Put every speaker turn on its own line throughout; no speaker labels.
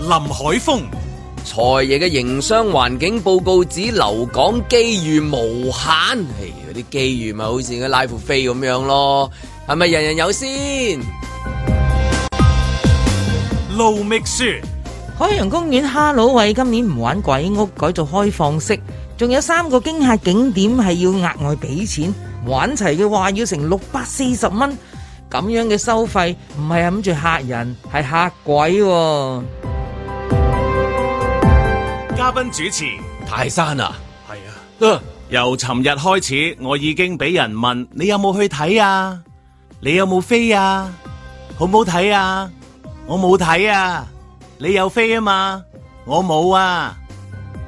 林海峰、
財爺嘅營商環境報告指留港機遇無限，唉，嗰啲機遇咪好似嘅拉闊飛咁樣咯，係咪人人有先？
盧覓雪、
海洋公園哈佬位今年唔玩鬼屋，改做開放式，仲有三個驚嚇景點係要額外俾錢，玩齊嘅話要成六百四十蚊，咁樣嘅收費唔係諗住嚇人，係嚇鬼喎、
嘉賓主持。
泰山啊，
係啊，
啊
由尋日開始，我已經俾人問你有冇去睇啊？你有冇飛啊？好唔好睇啊？我冇睇啊！你有飛啊嘛？我冇啊！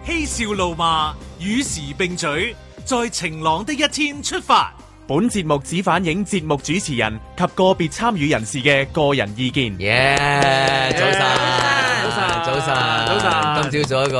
嬉笑怒罵，與時並舉，在晴朗的一天出發。
本節目只反映節目主持人及個別參與人士嘅個人意見。
耶！早晨，
早晨
早晨，
早晨
今朝早一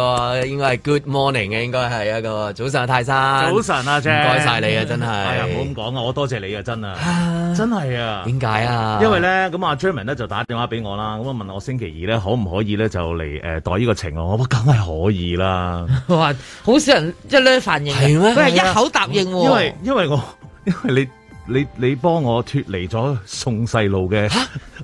個應該係 Good Morning 嘅，應該係一個早晨，泰山。
早，晨啊，姐，
唔該晒你啊，真
哎呀，唔好咁
係。
講啊，我多謝你啊，真啊，
啊
真係啊。
點解啊？
因為咧，咁啊 Jeremy 咧就打電話俾我啦，咁啊問我星期二咧可唔可以咧就嚟誒代呢個情啊？我話梗係可以啦，
哇！好少人一咧反應嘅，
係咩
佢係一口答應喎。
因為因為我 因為你你你幫我脱離咗送細路嘅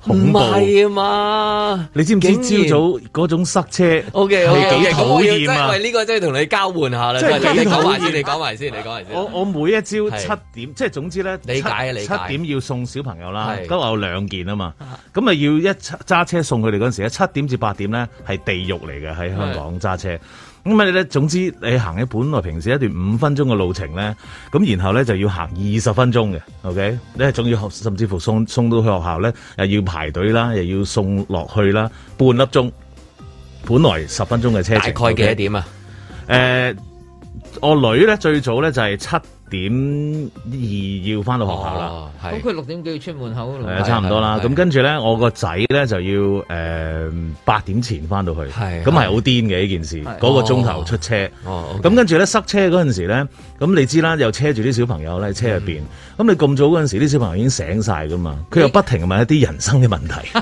恐
唔
怖，
係啊嘛？
你知唔知
竟然
朝早嗰種塞車
O K，
係幾啊討厭啊？
喂，呢個真係同你交換下啦。
真係
真係你
幾討
講埋
厭啊哦
先，你講埋先，你講埋先。
我我每一朝
係
七點，即係總之咧，
理解啊理
七
解
七點要送小朋友啦
係，
咁我有兩件啊嘛，咁咪要一揸車送佢哋嗰陣時咧，七點至八點咧係地獄嚟嘅喺香港揸車。咁啊咧，總之你行喺本來平時一段五分鐘嘅路程咧，咁然後咧就要行二十分鐘嘅，OK？咧仲要甚至乎送送到去學校咧，又要排隊啦，又要送落去啦，半粒鐘。本來十分鐘嘅車
大
程，
概幾
OK？
多點啊？
誒、呃我女咧最早咧就係七點二要翻到學校啦，
哦，
咁
係
佢六點幾要出門口
誒、
咯。
差唔多啦。
係
咁跟住咧，我個仔咧就要誒八點前翻到去，
係
咁係好癲嘅呢件事，
係
嗰個鐘頭出車。
哦，
咁跟住咧塞車嗰陣時咧，咁你知啦，又車住啲小朋友咧喺車入邊，咁、
嗯
你咁早嗰陣時，啲小朋友已經醒晒噶嘛，佢又不停問一啲人生嘅問題。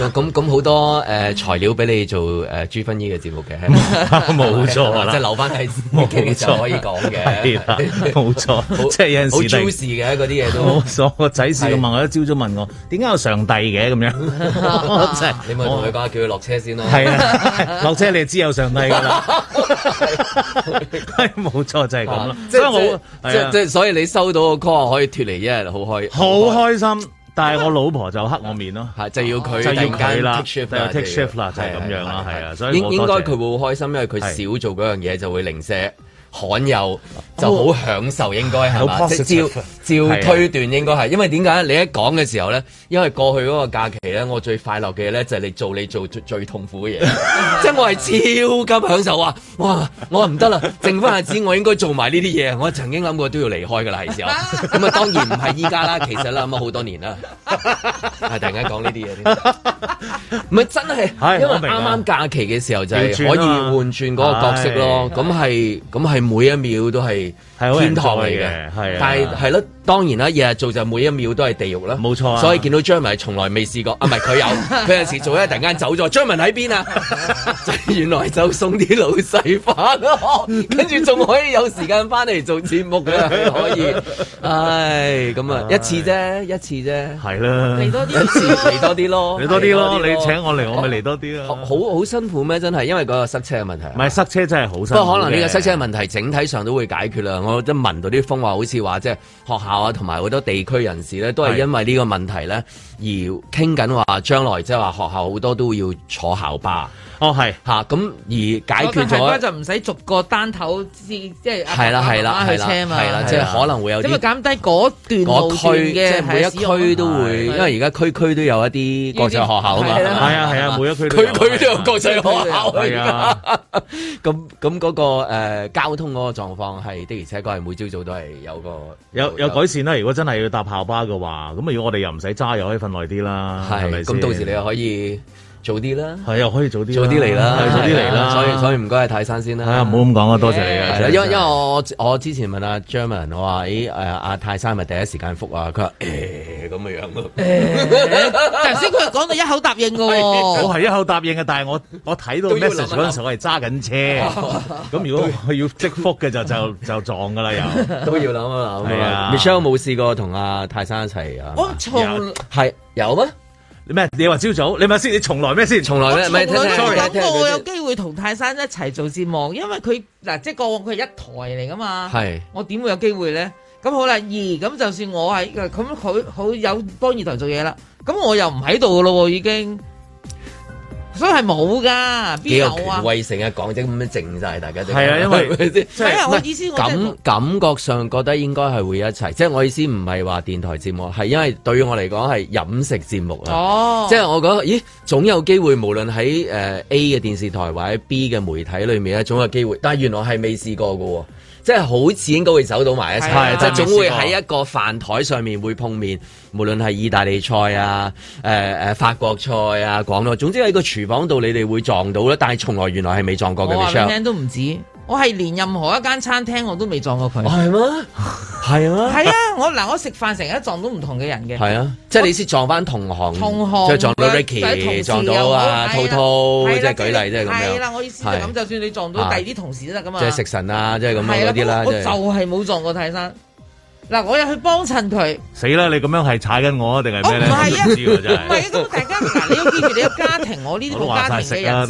咁咁咁好多誒材料俾你做誒朱芬姨嘅節目嘅，
冇錯啦
即係留翻喺自己嘅就可以講
係啦
嘅，
冇錯
好，
即係有
好
陣時突然
juicy 啊嘅嗰啲嘢都
我。所個仔試過問我一朝早問我點解有上帝嘅咁樣，我真係
你咪同佢講下，叫佢落車先咯。
係啊，落車你就知有上帝㗎啦，係冇錯就係咁啦
啊，。即
所以
係
我
即係即
係啊
係，所以你收到個 call 啊可以脱離一日，好開
好開心，但係我老婆就黑我面咯。
係就要佢
就要
突然間
佢啦
take shift
就要
啦
take
就要
shift 啦就係咁樣啦係啊所以
應
我多
應該
謝
佢會好開心，因為佢少做嗰樣嘢就會零舍罕有，就好享受應該係嘛？
好
即
positive
係照
係
照
啊
推斷應該係，因為點解咧？你一講嘅時候咧，因為過去嗰個假期咧，我最快樂嘅咧就係你做你做最最痛苦嘅嘢， 即係我係超級享受啊！哇，我話唔得啦，剩翻日子我應該做埋呢啲嘢，我曾經諗過都要離開㗎啦，係時候。咁啊，當然唔係依家啦，其實啦，咁啊好多年啦， 係啊突然間講呢啲嘢添。唔係真係，
係
因為
我明啊
啱啱假期嘅時候就係
調轉
可以
啊嘛
換轉嗰個角色咯。咁係咁係每一秒都係
係好
天堂嚟
enjoy
嘅
嘅，係啊
但係係咯，當然啦，日日做就每一秒都係地獄啦。
冇錯啊
所以見到張文係從來未試過，啊唔係 佢有，佢有時做咧突然間走咗，張文喺邊啊？ 原來就送啲老細 翻咯，跟住仲可以有時間翻嚟做節目嘅，可以。唉，咁啊一次啫，一次啫，
係啦，
嚟多
一
啲
次嚟多啲咯，
你多啲咯，
嚟
你請我嚟，我咪嚟多啲
好
咯。
好好辛苦咩？真係，因為嗰個塞車嘅問題啊。
唔係塞車真係好辛苦嘅。
不過可能呢個塞車嘅問題整體上都會解決啦。我都聞到啲風話，好似話即係學校啊，同埋好多地區人士咧，都係
係
因為呢個問題咧而傾緊話，將來即係話學校好多都要坐校巴
哦係。
嚇，咁、而解決
我覺得係
咗
就唔使逐個單頭至即哦係
係啦係啦係
去
啦
車嘛，
係啦，即係可能會有
咁啊咪
啲
減低嗰段
嗰
路段
區，即
嘅
係每一區都會，因為而家區區都有一啲國際學校啊嘛，
呢啲係
係
啦
啊係啊，每一區
區區都有國際學校啊
係啊，
咁咁嗰個誒交通嗰個狀況係的而且確係每朝早都係有個
有有改善啦。如果真係要搭校巴嘅話，咁啊要我哋又唔使揸，又可以瞓耐啲啦。係咪
係
先
咁到時你又可以早啲啦，
係啊，可以早啲啦，
早啲嚟啦，
係早啲嚟啦。
所以所以唔該，泰山先啦。
係啊，唔好咁講啊，多謝你啊。
係啦，因為因為我我之前問阿 Jerman，我話咦誒阿泰山係咪第一時間覆啊？佢話誒咁嘅樣 咯。
頭先佢講到一口答應嘅
我
喎，
係一口答應嘅，但係我我睇到
都要諗一
message 嗰陣時，我係揸緊車。咁如果我要積福嘅就就就撞㗎啦又。
都要諗啊諗
係
啊
啊
！Michelle 冇試過同阿泰山一齊啊？
我從
有
係有咩？
你咩？你話朝早？你咪先？你從來咩先？
從來咩？
從來
咪聽聽
冇諗
聽
過我有
聽
機會同泰山一齊做節目，因為佢嗱即係過往佢係一台嚟噶嘛，
係
我點會有機會咧？咁好啦，二咁就算我喺咁佢好有幫二台做嘢啦，咁我又唔喺度咯喎已經，所以係冇噶，
幾
邊
有
有啊
權？威性啊！講啫咁樣靜晒大家都
係啊因為
係咪先
係啊，
唔
我
係
意思我真係冇
感感覺上覺得應該係會一齊，即係我意思唔係話電台節目，係因為對於我嚟講係飲食節目啊。
哦，
即係我覺得，咦，總有機會，無論喺誒呃 A 嘅電視台或者 B 嘅媒體裏面咧，總有機會。但係原來係未試過嘅喎，即係好似應該會走到埋一齊，
係啊
即係
真係未
試過
總會喺一個飯台上面會碰面，無論係意大利菜啊、誒、誒法國菜啊、廣東，總之喺個廚房度你哋會撞到啦。但係從來原來係未撞過嘅
我話俾你
Michelle，
聽都唔止，我係連任何一間餐廳我都未撞過佢。
哦係咩？係啊，
係啊，我嗱我食飯成日撞到唔同嘅人嘅。
係啊，即係你先撞翻同行，
同行
即係撞到
嘅或者同事
Ricky，撞到啊
又
滔
好
滔，
係
即
啦
係舉例，即係咁
係啦，
樣，
我意思就咁，
係
就算你撞到第二啲同事都得噶嘛。
即係食神啊，即係咁樣
係
嗰啲啦，
我
即
就
係。
係冇撞過泰山。嗱，我又去幫襯佢，
死啦！你咁樣係踩緊我啊定係
我
咩
哦
唔
咧？
係啊，
唔知喎真
唔係
係
啊。咁大家嗱，你要記住你嘅家庭，我呢啲
我都
冇
話晒
家庭嘅
食啦
人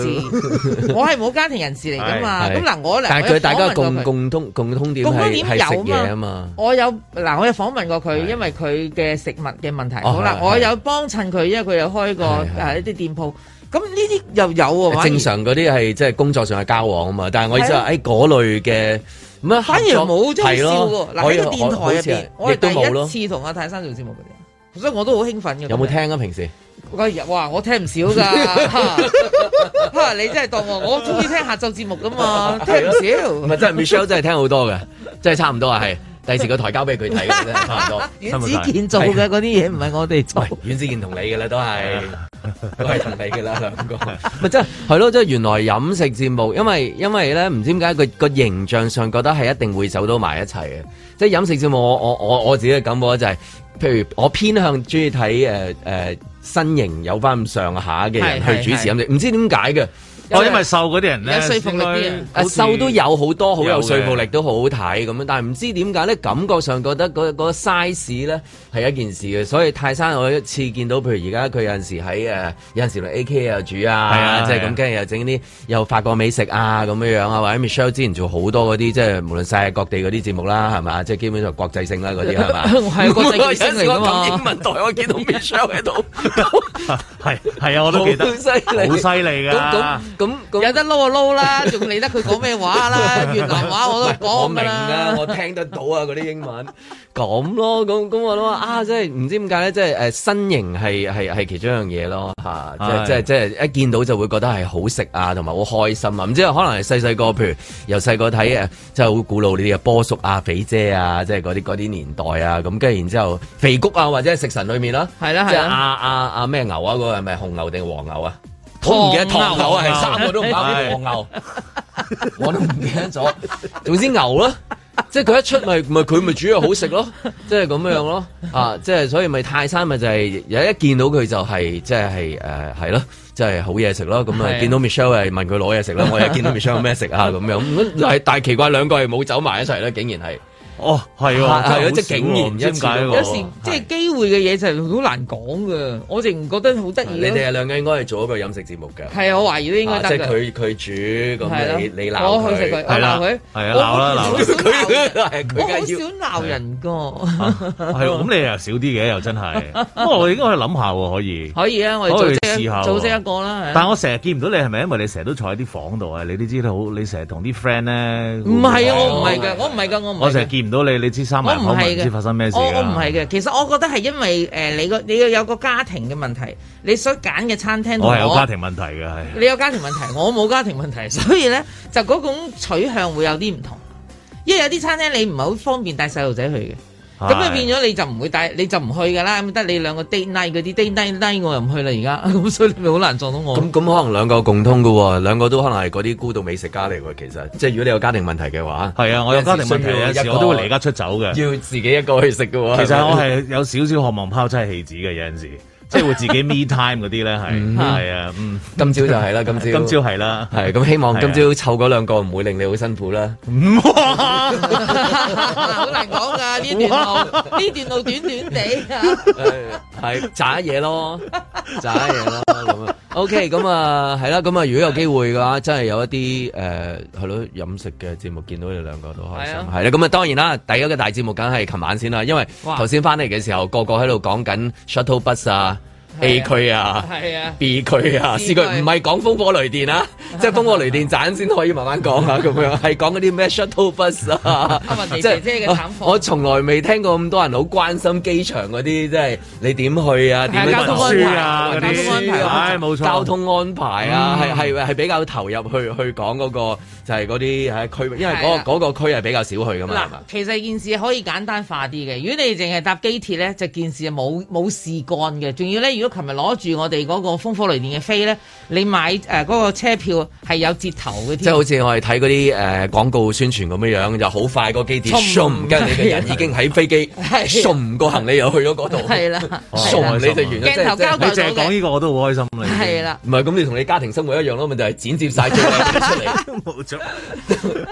士， 我係冇家庭人士嚟噶嘛。
係係
咁嗱，我嚟，
但
我
係
有
佢大家
訪問過佢
共共通共通點
共通
係
點
係食
有嘛
嘢啊嘛，
我有嗱，我有訪問過佢，
係
因為佢嘅食物嘅問題。
哦
好
係，
啦
係
我有幫襯佢，因為佢有開過
係係
誒一啲店鋪。咁呢啲又有喎，反而
正常嗰啲係即係工作上嘅交往啊嘛，但係我意思
係啊
係誒嗰類嘅咁啊，
反而冇真係笑
咯
喎。嗱喺個電
我好似
台入
係
邊，我
亦都冇
係
咯。
第一次同阿泰生做節目嘅啫，所以我都好興奮嘅。
有冇？聽啊？平時
哇！我聽唔少 㗎，哈你真係當我我中意聽下晝節目㗎 嘛，聽唔
唔
少。
係真係 Michelle 真係聽好多嘅，真係差唔多啊，係第時個台交俾佢睇嘅，真係差唔多。
阮子健做嘅嗰啲嘢唔係我哋做
喂。，阮子健同你嘅啦，都 係都係同你嘅啦，兩個。咪真係係咯，即係原來飲食節目，因為因為咧唔知點解佢個形象上覺得係一定會走到埋一齊嘅。即係飲食節目，我我我我自己嘅感覺就係、譬如我偏向中意睇誒誒身形有翻咁上下嘅人
係
去主持飲食，唔知點解嘅。
哦我因為瘦嗰啲人咧，
有說服力啲啊
應該
啊
好似
瘦都有好多好有
有
說服力，
嘅
都好好睇咁樣，但係唔知點解咧，感覺上覺得嗰、嗰個 size 咧係一件事嘅，所以泰山我一次見到，譬如而家佢有陣時喺誒有陣時嚟 AK 又煮
係
啊，
啊
即係
係
咁，
啊
跟住又整啲又法國美食啊咁樣樣啊，或者 Michelle 之前做好多嗰啲即係無論世界各地嗰啲節目啦，係嘛，即係基本上國際性啦嗰啲係 嘛。
我係國際巨星嚟㗎
我有陣時我撳
嘛
英。文台我見到 Michelle 喺度，
係係啊， 我都記得
好犀利，
好犀利啊
咁咁
㗎。
咁咁
有得撈就撈啦，仲理得佢講咩話 啦？越南話我都
我
講
明
㗎
啊，
啦。
我聽得到啊，嗰啲英文咁咯，咁咁我諗話啊，即係唔知點解咧，即係誒身形係係係其中一樣嘢咯嚇，即係
係
即係即係一見到就會覺得係好食啊，同埋好開心啊，唔知可能係細細個，譬如由細個睇誒，即係好古老呢啲嘅波叔啊、肥姐啊，即係嗰啲嗰啲年代啊，咁跟住然之後肥谷啊，或者係食神裏面啦，
係啦
即
啊係
係阿
啦，
阿阿咩牛啊，嗰個係咪紅牛定黃牛啊？我唔記得
唐
唐牛
牛
啊，係三個都唔啱，
係
黃牛我都唔記得咗。總之牛啦，即係佢一出咪咪佢咪煮嘢好食咯，即係咁樣咯。啊，即係所以咪泰山咪就係有一見到佢就係即係誒係咯，即係好嘢食咯。咁
係
啊
啊
見到 Michelle 係問佢攞嘢食啦，我又見到 Michelle 有咩食啊咁樣。咁但係但係奇怪兩個係冇走埋一齊咧，竟然係。
哦，係
係
喎，真係
係
好少
即係竟然
喎唔知點解
一次
喎。
過
有時即係機會嘅嘢就係好難講㗎。我淨唔覺得好得
啊你
意咯。
哋兩個應該係做一個飲食節目嘅。
係啊，我懷疑都應該
啊即
得
係
㗎。
佢佢煮
係
咁，
咯
你你鬧
我去 食佢，我
係啦
鬧佢，
係啊
我
鬧啦鬧啦
好少鬧人
佢係佢
我
梗
好
係要。
少鬧人㗎。
係啊喎，咁你又少啲嘅，又真 係。不過我應該去諗下喎，可以。
可以啊，我哋
可以
組織
試
一
下喎
組織一個啦。係
但
啊
係我成日見唔到你，係咪因為你成日都坐喺啲房度啊？你都知道，你成日同啲 friend 咧。
唔係啊，
哦
我唔係㗎，我唔係㗎，我唔
我
係
成日
㗎。
見唔到你，你知三
我
埋
唔
口
係
唔
嘅，
知發生咩事
我我唔
㗎
係嘅，其實我覺得係因為誒、呃你個你要有個家庭嘅問題，你所揀嘅餐廳同
我係有家庭問題嘅，係。
你有家庭問題，我冇家庭問題， 所以咧就嗰種取向會有啲唔同。因為有啲餐廳你唔係好方便帶細路仔去嘅，咁啊
係
變咗你就唔會帶，你就唔去噶啦。咁得你兩個 date night 嗰啲 date night night 我又唔去啦而家， 咁所以你咪好難撞到我。
咁咁可能兩個共通嘅喎，兩個都可能係嗰啲孤獨美食家嚟喎。其實即係如果你有家庭問題嘅話，
係啊，我有家庭問題，有時我都會離家出走嘅。
要自己一個去食嘅喎。
其
係
實
咪
我係有少少渴望拋妻棄子嘅，有陣時即係會自己 me time 嗰啲咧，係係啊，嗯，
今朝就係啦，今朝
今朝係啦，
係咁，希望
係啊
今朝湊嗰兩個唔會令你好辛苦啦。
好難講噶呢段路，呢段路短短 地啊。
係渣嘢咯，渣嘢咯咁啊。OK，咁啊係啦，咁啊如果有機會嘅話，真係有一啲誒係咯飲食嘅節目，見到你兩個都開心
係啊。
係啦，咁啊當然啦，第一個大節目梗係琴晚先啦，因為
哇
頭先翻嚟嘅時候，個個喺度講緊 shuttle bus 啊，A 區啊。
係啊。
B 區啊，
B
試
區
過唔係講風火雷電 啊，即係風火雷電盞先可以慢慢講啊，咁樣係講嗰啲咩 shuttle bus 啊
阿雲，妮
係啊
姐姐嘅慘況
我我從來未聽過咁多人好關心機場嗰啲，即係你點去啊，點
係
樣
交通
運
安排
輸啊
嗰啲
運輸啊
唉冇錯嗯
交通安排啊，係係係比較投入去去講嗰個就係嗰啲喺區域，因為
係
嗰
啊
個嗰個區係比較少去噶嘛，
嗱
係嘛，
其實件事可以簡單化啲嘅。如果你淨係搭機鐵咧，就件事冇冇事幹嘅。仲要咧，如果琴日攞住我哋嗰個風火雷電嘅飛咧，你買呃誒嗰、個車票係有折頭嘅
即係
添。
好似我哋睇嗰啲誒廣告宣傳咁樣樣，就好快個機
衝
啲 zoom 跟你嘅人已經喺飛機
係
zoom 個行李又去咗嗰度，
係啦，係啦
送你就完咗，即
鏡
係
頭
即係
交
你
代
淨係講呢個我都好開心啦，已經
係啦。
唔係咁，你同你家庭生活一樣咯，咪就係剪接晒最靚嘅出嚟，
冇咗。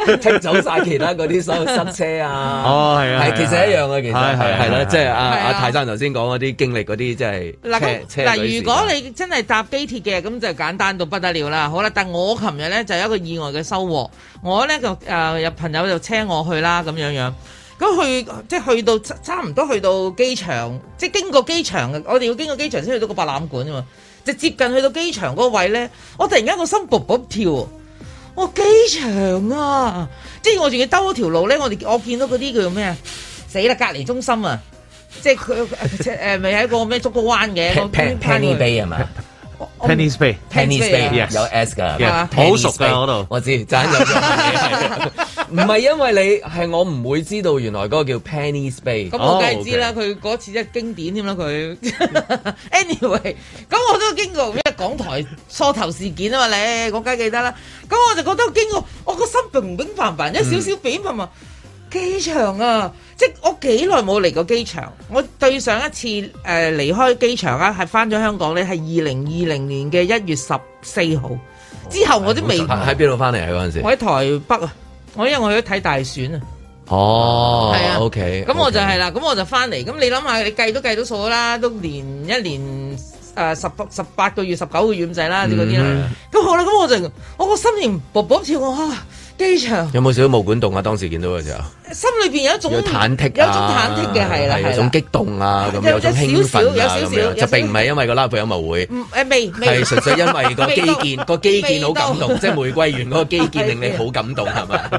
剔走晒其他嗰啲所有塞車啊，
哦係啊係啊
係其實一樣嘅，其實
係係
係係啦，
係
即係阿
係啊
阿泰山頭先講嗰啲經歷嗰啲，即係
嗱咁
車車
嗱，
旅
如果
時間
你真係搭機鐵嘅，咁就簡單到不得了啦。好啦，但我琴日咧就有一個意外嘅收穫，我咧就誒、呃有朋友就車我去啦咁樣樣。咁去即係去到差差唔多去到機場，即係經過機場嘅，我哋要經過機場先去到個博覽館啊嘛。就接近去到機場嗰個位咧，我突然間個心卜卜跳喎。我機場啊！即係我仲要兜嗰條路咧，我哋我見到嗰啲叫咩啊？死啦！隔離中心啊！即係佢 誒咪喺個咩竹篙灣嘅
Pen- Pen- Penny Bay 係嘛
Penny Space，
？Penny Bay
Yes
有 S 㗎，
Yeah，
啊
好熟㗎嗰度。
我知，爭有咗嘢係唔係因為你係我唔會知道原來嗰個叫 Penny Space。
咁我梗係知啦，佢嗰次真係經典添啦佢。anyway，咁我都經過咩港台梳頭事件啊嘛，你我梗係記得啦。咁我就覺得經過，我個心平平凡凡，一少少比凡啊。機場啊，即係我幾耐冇嚟過機場。我對上一次誒、呃、離開機場啊，係翻咗香港咧，係二零二零年嘅一月十四號
哦
之後，我都未。
喺喺邊度翻嚟啊？嗰陣時
我，喺台北啊，我因為我去咗睇大選啊。
哦
係啊
，OK，
咁我就係啦，咁我就翻嚟。咁你諗下，你計都計到數啦，都年一年誒十八十八個月、十九個月咁滯
嗯
啦，嗰啲啦。咁好啦，咁我就我個心情勃勃跳，我啊機場
OK 有冇少少毛管動啊？當時見到嘅時候，
心裏邊有一種
有忐忑
嗯有一種
啊
忐忑嘅係啦，
有
係
種
啦。
激動啊，咁
有
有種興奮
有少
啊，
少有
咁
少
樣
有少
就
少
並唔係因為個拉布音樂會。
唔嗯誒未未
係純粹因為個
未到
基建，個基建好感 動，
未到
即係玫瑰園嗰個基建令你好感動，係 咪？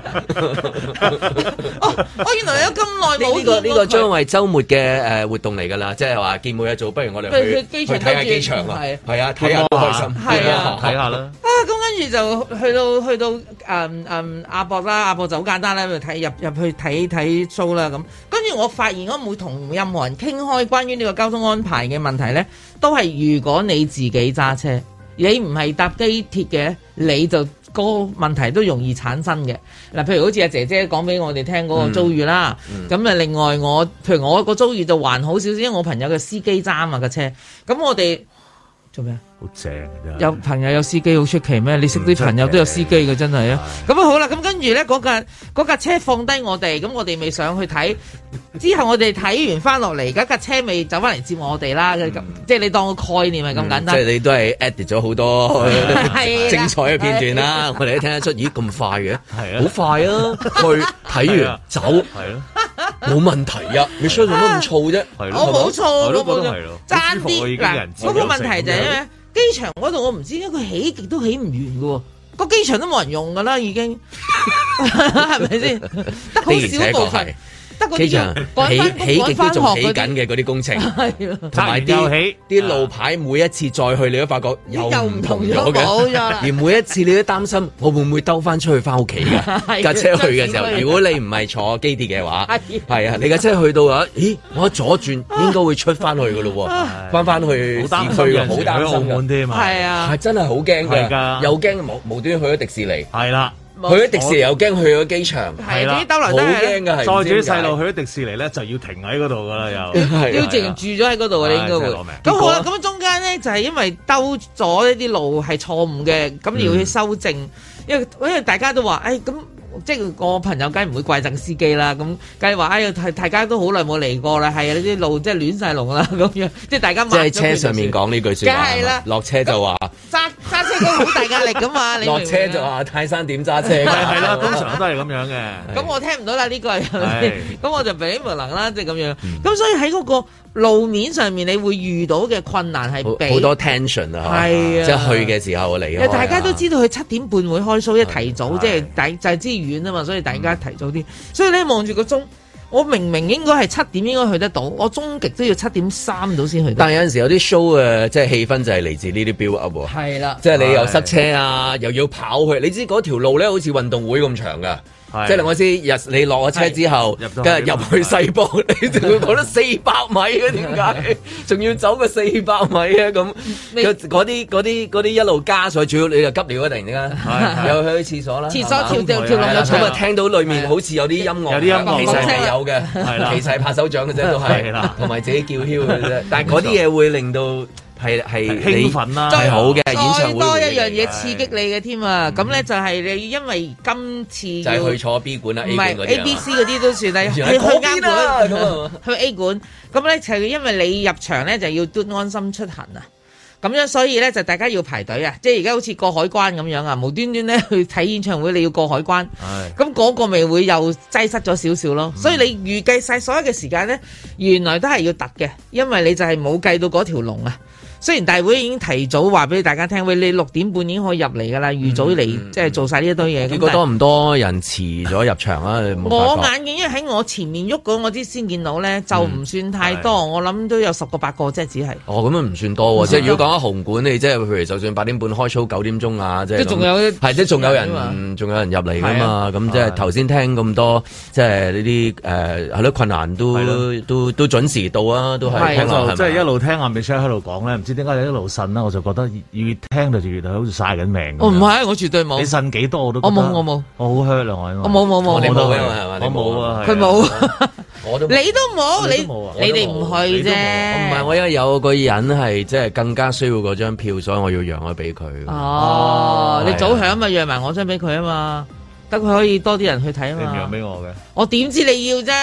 哦，我原來有咁耐
呢
冇
呢個呢
見
個
過
將
佢。
為週末嘅誒活動嚟㗎啦，即係話見每日做，不如我哋去
去
去
機場
睇下
跟住
機場啊
係，
係啊，睇下都開心，
係啊
睇下啦，
啊，咁跟住就去到去到誒誒亞博啦，亞博就好簡單啦，咪睇入入去睇睇 show 啦咁。跟住我發現我冇同任何人傾開關於呢個交通安排嘅問題呢，都係如果你自己揸車，你唔係搭機鐵嘅，你就個問題都容易產生嘅。嗱，譬如好似阿姐姐講俾我哋聽嗰個遭遇啦，咁啊、另外我譬如我個遭遇就還好少少，因為我朋友嘅司機揸啊嘛架車，咁我哋做咩啊？
好正真係
有朋友有司機好出奇咩？你識
唔出
啲
奇
朋友都有司機嘅，真係啊！咁啊好啦，咁跟住咧嗰架嗰架車放低我哋，咁我哋咪上去睇。之後我哋睇完翻落嚟，而家架車咪走翻嚟接我哋啦。咁
嗯
即係你當個概念係咁簡
嗯即係
單。
你都係 edit 咗好多
係啦
精彩嘅片段啦，我哋都聽得出，咦咁快嘅，
係啊
好快啊，去睇
係
完
啊
走
係咯，
冇問題啊，你衰做乜咁燥啫？
係
我
咯，
哦冇錯，
我都
我
覺
冇
得
錯
係咯，
爭
好舒服啊我已
啲
經
嗱
人。自
嗰個
由
問
成
題就係因
咁樣
為機場嗰度，我唔知點解佢起極都起唔完嘅喎。個機場都冇人用㗎啦，已經係咪先？得好
的而且
少部
確係
分。得得嗰
機
啲
場
人
起
趕返
起極都仲
趕返
起
學嗰啲
緊嘅嗰啲工程，
係咯
同埋
拆完又
啲
起
啲路牌，每一次再去你都發覺又
又
唔同
唔同
咗
咗
嘅
冇咗。啦
而每一次你都擔心，我會唔會兜翻出去翻屋企
啊
嘅架車去嘅時候？如果你唔係坐機鐵嘅 話，係啊，你架車去到啊，咦，我一左轉應該會出翻去嘅咯 喎，翻翻去市
好擔
區
心
嘅，
嘅，
好擔
去澳
心嘅
門，添啊，
係啊
係，真係好驚
係
㗎，
㗎
又驚無無端端去咗迪士尼，
係啦。
去咗迪士尼又驚去咗機場，
係
啦
啲兜
好
來兜去呢
驚㗎，
載
係唔
住啲
知點
細
解
路去咗迪士尼咧，就要停喺嗰度噶啦，又
啊係
要直情住咗喺嗰度啊！你應該
唉真
會
係攞命
咁好啦。
結
咁啊中間咧就係因為兜咗一啲路係錯誤嘅，
嗯
咁你要去修正，因為因為大家都話，誒咁。即係我朋友，梗係唔會怪贈司機啦。咁梗係話，哎呀，大大家都好耐冇嚟過啦，係啊，呢啲路真係亂晒龍啦，咁樣即係大家
即
抹咗
係
佢
車上面講呢句説話，
梗係啦
落車就話，
揸揸車都好大壓力噶嘛，你明唔
落
明啊
車就。話泰山點揸車㗎，
係係啦，通常都係咁樣嘅。
哎
咁我聽唔到啦，呢個係咪
係
咁我就俾無能啦，即係咁樣。
嗯
咁所以喺嗰個路面上面，你會遇到嘅困難係
好
比
好多 tension 啊，
係啊
即係去嘅時候離開啊，啊
大家都知道佢七點半會開 show，一提早即係大就係知遠啊嘛，所以大
嗯
家提早啲。所以咧望住個鐘，我明明應該係七點應該去得到，我終極都要七點三到先去得。
但係有陣時有啲 show 誒，即係氣氛就係嚟自呢啲 build up 喎。
係啦，
即係你又塞車啊，又要跑去，你知嗰條路咧好似運動會咁長噶。
係
即係我知日你落咗車之後
係入，到
跟住
去
入去西部，你仲要講得四百米嘅 點解？仲要走個四百米啊咁？
你
嗰嗰啲嗰啲嗰啲一路加上，主要你就急尿啊！突然之間
係
又去廁所啦，
廁所
係嘛
跳跳跳
係
落
啦
咗
咁啊
牆。
聽到裏面好似有啲音樂，啊
有啲音樂
其實係有嘅，
係啦
其實係拍手掌嘅啫，都
係
係
啦，
同埋自己叫囂嘅啫。 但係嗰啲嘢會令到係係
興
你
奮啦
係好嘅演唱
再
會
多一
會
樣嘢
嘅
刺激你嘅添啊！咁咧就係你因為今次
就
要
係去坐 B 館啦
唔
，A 館
係
嗰
A、B、
啲啊
C 嗰啲都算係去
原
去
來嗰邊
啱
啦
館，
咁啊
去 A 館。咁咧就因為你入場咧就要都安心出行啊。咁樣所以咧就大家要排隊啊，即係而家好似過海關咁樣啊，無端端咧去睇演唱會你要過海 關，
係
咁嗰個咪會又擠塞咗少少
嗯
咯。所以你預計晒所有嘅時間咧，原來都係要突嘅，因為你就係冇計到嗰條龍啊。雖然大會已經提早話俾大家聽，喂，你六點半已經可以入嚟㗎啦，預早
嗯
嚟、即係做晒呢一堆嘢。咁
結果
但係
多唔多人遲咗入場啊？你冇
我
發覺
眼鏡，因為喺我前面喐嗰我啲先見到咧，就唔算太多，我諗都有十個八個啫，只係。
哦，咁樣唔算多喎，即係如果講緊紅館，你即係譬如就算八點半開 show，九點鐘啊，即係
即係仲有
係即係仲有
人啊
人，仲有人入嚟噶
係
嘛？咁即係頭先聽咁多，即係呢啲誒係咯困難
係
都
咯
都都準時到啊，都係
係
聽落
我就即係
係
一
咪
路聽阿 Michelle 喺度講咧，唔知點解你一路呻啦，我就覺得越聽就越好似晒緊命咁樣。
哦我唔係，我絕對冇
你，呻幾多我都覺
我
得
冇我冇，
我好 hurt 啊我因為
我冇
我
冇冇
哋
我
冇
都
嘅
係
嘛係
我
嘛？你
冇啊
係
佢冇，
我都冇
你都冇，
你
你
都冇啊
你哋唔去啫。
我唔係，我因為有個人係即係更加需要嗰張票，所以我要讓咗俾佢。
哦，
係啊
你早響咪讓埋我張俾佢啊嘛，得佢可以多啲人去睇
你唔
啊
讓
嘛。
俾我嘅，
我點知你要啫？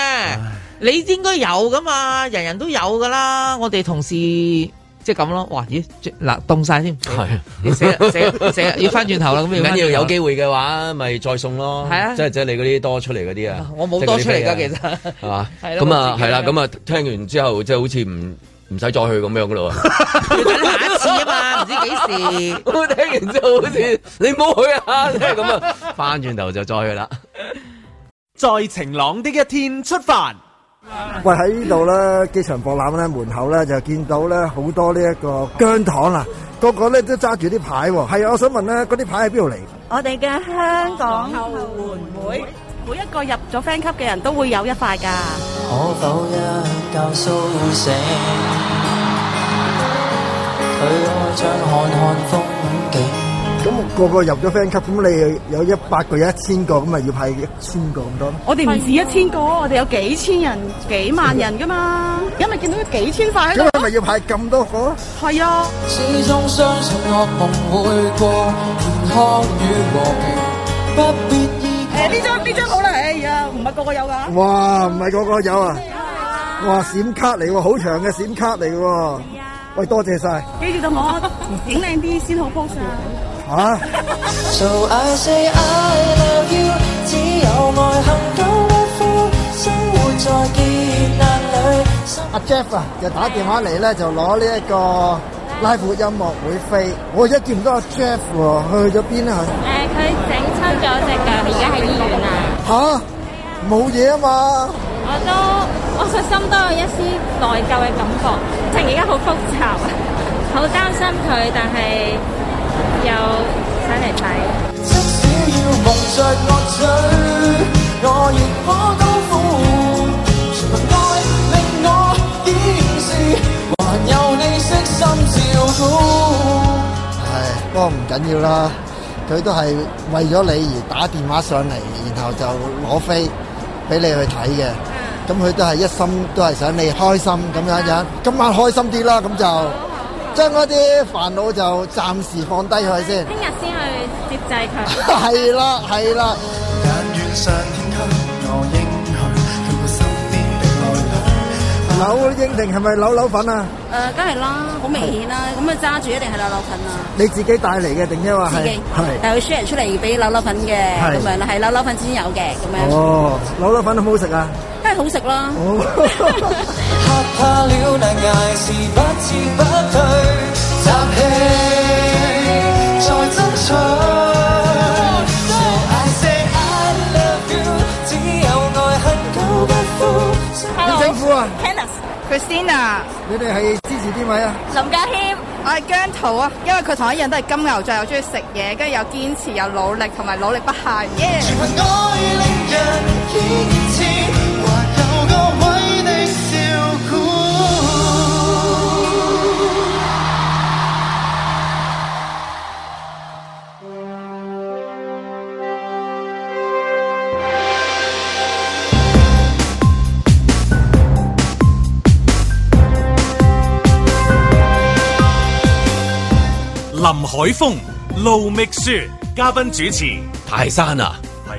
你應該有噶嘛，人人都有噶啦。我哋同事即係咁咯。哇，咦，嗱凍晒添，
係
你死啦死啦死啦，要翻轉頭啦，咁
唔
要
緊
返轉頭
要，有
啦
機會嘅話，咪再送咯。
係啊
即係即係你嗰啲多出嚟嗰啲啊。
我冇多出嚟噶，其
實
實
係嘛？
係咯
咁啊
我，自己
係啦，
咧
咁啊，聽完之後即係好似唔唔使再去咁樣噶咯 喎。
要等下一次啊嘛，唔知幾時。
我聽啊完之後好似你唔好去啊，即 係咁啊，翻轉頭就再去啦。
在晴朗的一天出發。
喂喺呢度咧，機場博覽咧門口咧就見到咧好多呢一個姜糖啦，個個咧都揸住啲牌喎。係啊，我想問咧，嗰啲牌喺邊度嚟？
我哋嘅香港後援會，每一個入咗 friend 級嘅人都會有一塊㗎。
可否一覺甦醒？佢開窗看看風景，
咁個個入咗 friend 級，咁你有一百個、有一千個，咁咪要派一千個咁多咯。
我哋唔止一千個，我哋有幾千人、幾萬人㗎嘛。而家咪見到有幾千塊喺
咁
度，
係咪要派咁多個？
係啊。
始終相信噩夢會過，健康與和平，不必依
誒呢張呢張好啦，哎呀，唔係個個有㗎。
哇，唔係個個有啊！哇，閃卡嚟喎，好長嘅閃卡嚟嘅喎。喂，多謝晒
記住到我影靚啲先好 pose
à?
啊！
嚇、
So I say I love you，只有愛恒久不枯，生活在劫難裏。生
阿 Jeff 啊，就打電話嚟咧，就攞呢一個拉闊音樂會飛。我而家見唔到阿 Jeff 喎、去咗邊啊？
誒，佢整親咗隻腳，而家喺醫院啊。
吓，冇嘢啊嘛，
我都我個心都有一絲內疚嘅感覺，情而家好複雜，好擔心佢，但係又想嚟睇。
即使要蒙着我嘴，我亦可都苦。全憑愛令我顯示，還有你悉心照顧。
係，不過唔緊要啦，佢都係為咗你而打電話上嚟，然後就攞飛俾你去睇嘅。咁佢都係一心都係想你開心咁樣樣，今晚開心啲啦，咁就將嗰啲煩惱就暫時放低佢 先。
聽日先去接濟 佢。
係啦，係啦。
但願上天給我應許，佢會身邊的愛侶。
柳英定係咪扭扭粉啊？
Ờ,
誒，梗係啦，好明顯啦，咁啊揸住一定係扭扭粉啦，
你自己帶嚟嘅定因為
自己，但係佢 share 出嚟俾扭扭粉嘅，咁
係
樣啦，係扭扭粉先有嘅，咁樣，
哦，扭扭粉好唔好食啊？
à?
梗係好食啦。
哦。
嚇怕了難捱是不知不退，集氣再爭取。So I say I love you，只有愛恨久不負。
Hello，
政府啊
Kenneth，
Christina，
你哋係支持邊位啊？
林家謙，
我係姜濤啊，因為佢同我一樣都係金牛座，又中意食嘢，跟住又堅持又努力，同埋努力不懈。耶、
全憑愛令人堅持，還有我為你笑顧。
林海峰、路觅雪，嘉賓主持，係
大山啊，
啊。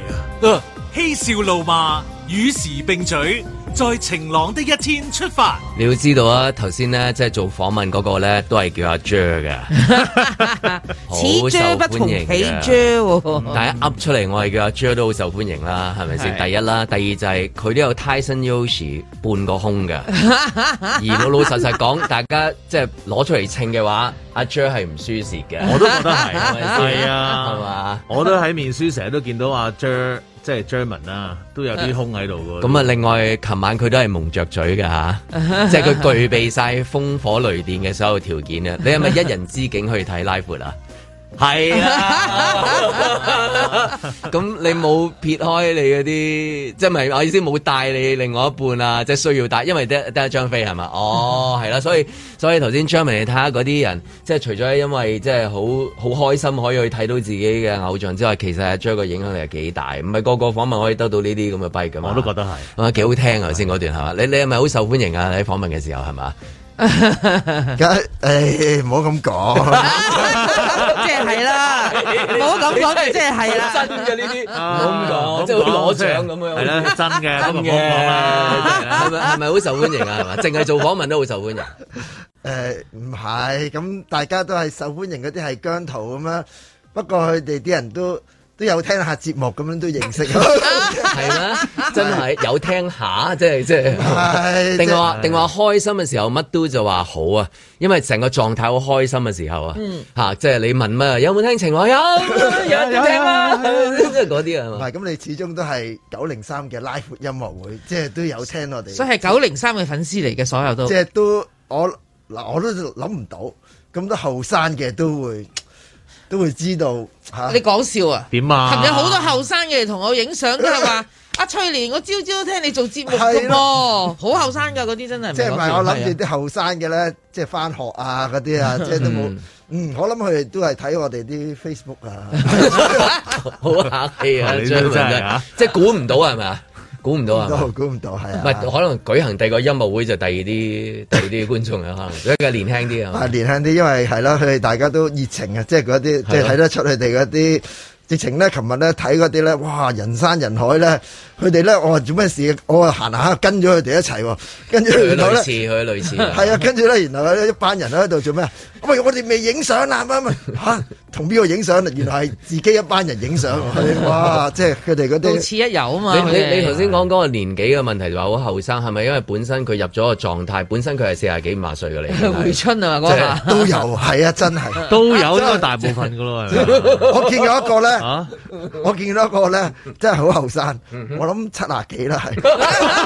啊
嬉笑怒罵，與時並舉，在晴朗的一天出發。
你要知道啊，頭先咧即係做訪問嗰個咧都係叫阿 Jer 嘅，
此
好受
啫不同
歡迎
彼
嘅
啫喎。
嗯
大家噏出嚟，我係叫阿 Jer 都好受歡迎啦，係咪先？
係
第一啦，第二就係佢都有 Tyson Yoshi 半個 胸嘅，而老老實實講，大家即係攞出嚟稱嘅話，阿 Jer 係唔輸蝕嘅，
我都覺得 係，
係咪先
係
係
啊，
嘛？
我都喺面書成日都見到阿 Jer，即係 Jerman 啊，都有啲胸喺度嘅。
咁啊，另外琴晚佢都係蒙着嘴嘅吓，即係佢具備晒風火雷電嘅所有條件啊！你係咪一人之境去睇 live 啊？係啊，咁你冇撇開你嗰啲，即係咪我意思冇帶你另外一半啊？即係需要帶，因為得得一張飛係嘛？哦，係啦，所以所以頭先張明你睇下嗰啲人，即係除咗因為即係好好開心可以去睇到自己嘅偶像之外，其實係將個影響力係幾大，唔係個個訪問可以得到呢啲咁嘅幣㗎嘛。
我都覺得係。
啊，幾好聽啊！頭先嗰段係嘛？你你係咪好受歡迎啊？你喺訪問嘅時候係嘛？
梗係誒，唔好咁講。
即係係啦， 唔好咁講，即係係啦。
真嘅呢啲，
啊
唔好咁講，啊即係好似攞獎咁樣。
係啦，真嘅，
真
不過唔
嘅，
好講啦。
係咪係咪好受歡迎啊？係嘛？淨係做訪問都好受歡迎。
誒唔係，咁大家都係受歡迎嗰啲係姜濤咁啦。不過佢哋啲人都都有聽下節目咁樣都認識。
係咩？真係有聽下，即係即係。
係
定話
即係
定話開心嘅時候，乜都就話好啊，因為成個狀態好開心嘅時候啊，嚇即係你問乜有冇聽情話有有有聽啊，即係嗰啲啊係
唔
嘛。
係咁，你始終都係九零三嘅 live 音樂會，即係都有聽我哋，
所以係九零三嘅粉絲嚟嘅，所有都
即係都我嗱我都諗唔到，咁多後生嘅都會都會知道嚇。
你講笑啊？
點啊
琴日好多後生嘅嚟同我影相，都係 話阿翠蓮，我朝朝都聽你做節目嘅
係
噃，
咯
好後生㗎嗰啲真係。
即係唔係我諗
係啊
住啲後生嘅咧，即係翻學啊嗰啲啊，即係都冇。嗯，我諗佢哋都係睇我哋啲 Facebook 啊。
好客氣啊，
你
張
都
文
真係
真
啊
即係估唔到係咪啊？估唔到係咪
都
啊？
估唔到，係
唔
啊。
係可能舉行第二個音樂會就第二啲第二啲 觀眾啊，可能一個年輕啲啊
啊，。年輕啲，因為係啦，佢哋大家都熱情啊，即係嗰啲，即係睇得出佢哋嗰啲。直情咧，琴日咧睇嗰啲咧，哇！人山人海咧，佢哋咧，我話做咩事？我話行行下跟咗佢哋一齊喎，跟住
佢
然後
類
咧
似，，佢 類似啊。
係啊，跟住咧，然後咧一班人喺度做咩啊？喂，我哋未影相啊，咁啊，嚇同邊個影相？原來係自己一班人影相，哇！即係佢哋嗰
到
啲。
此一遊啊嘛。
你你你
佢哋
頭先講嗰個年紀嘅問題就話好後生，係咪因為本身佢入咗個狀態，本身佢係四廿幾五廿歲 嘅你？
回春啊嗰下，
都有，係啊，真 係。
都有應該大部分噶咯，係咪
我見到一個咧，
啊？
我見到一個咧，真係好後生，我諗七啊幾啦，係。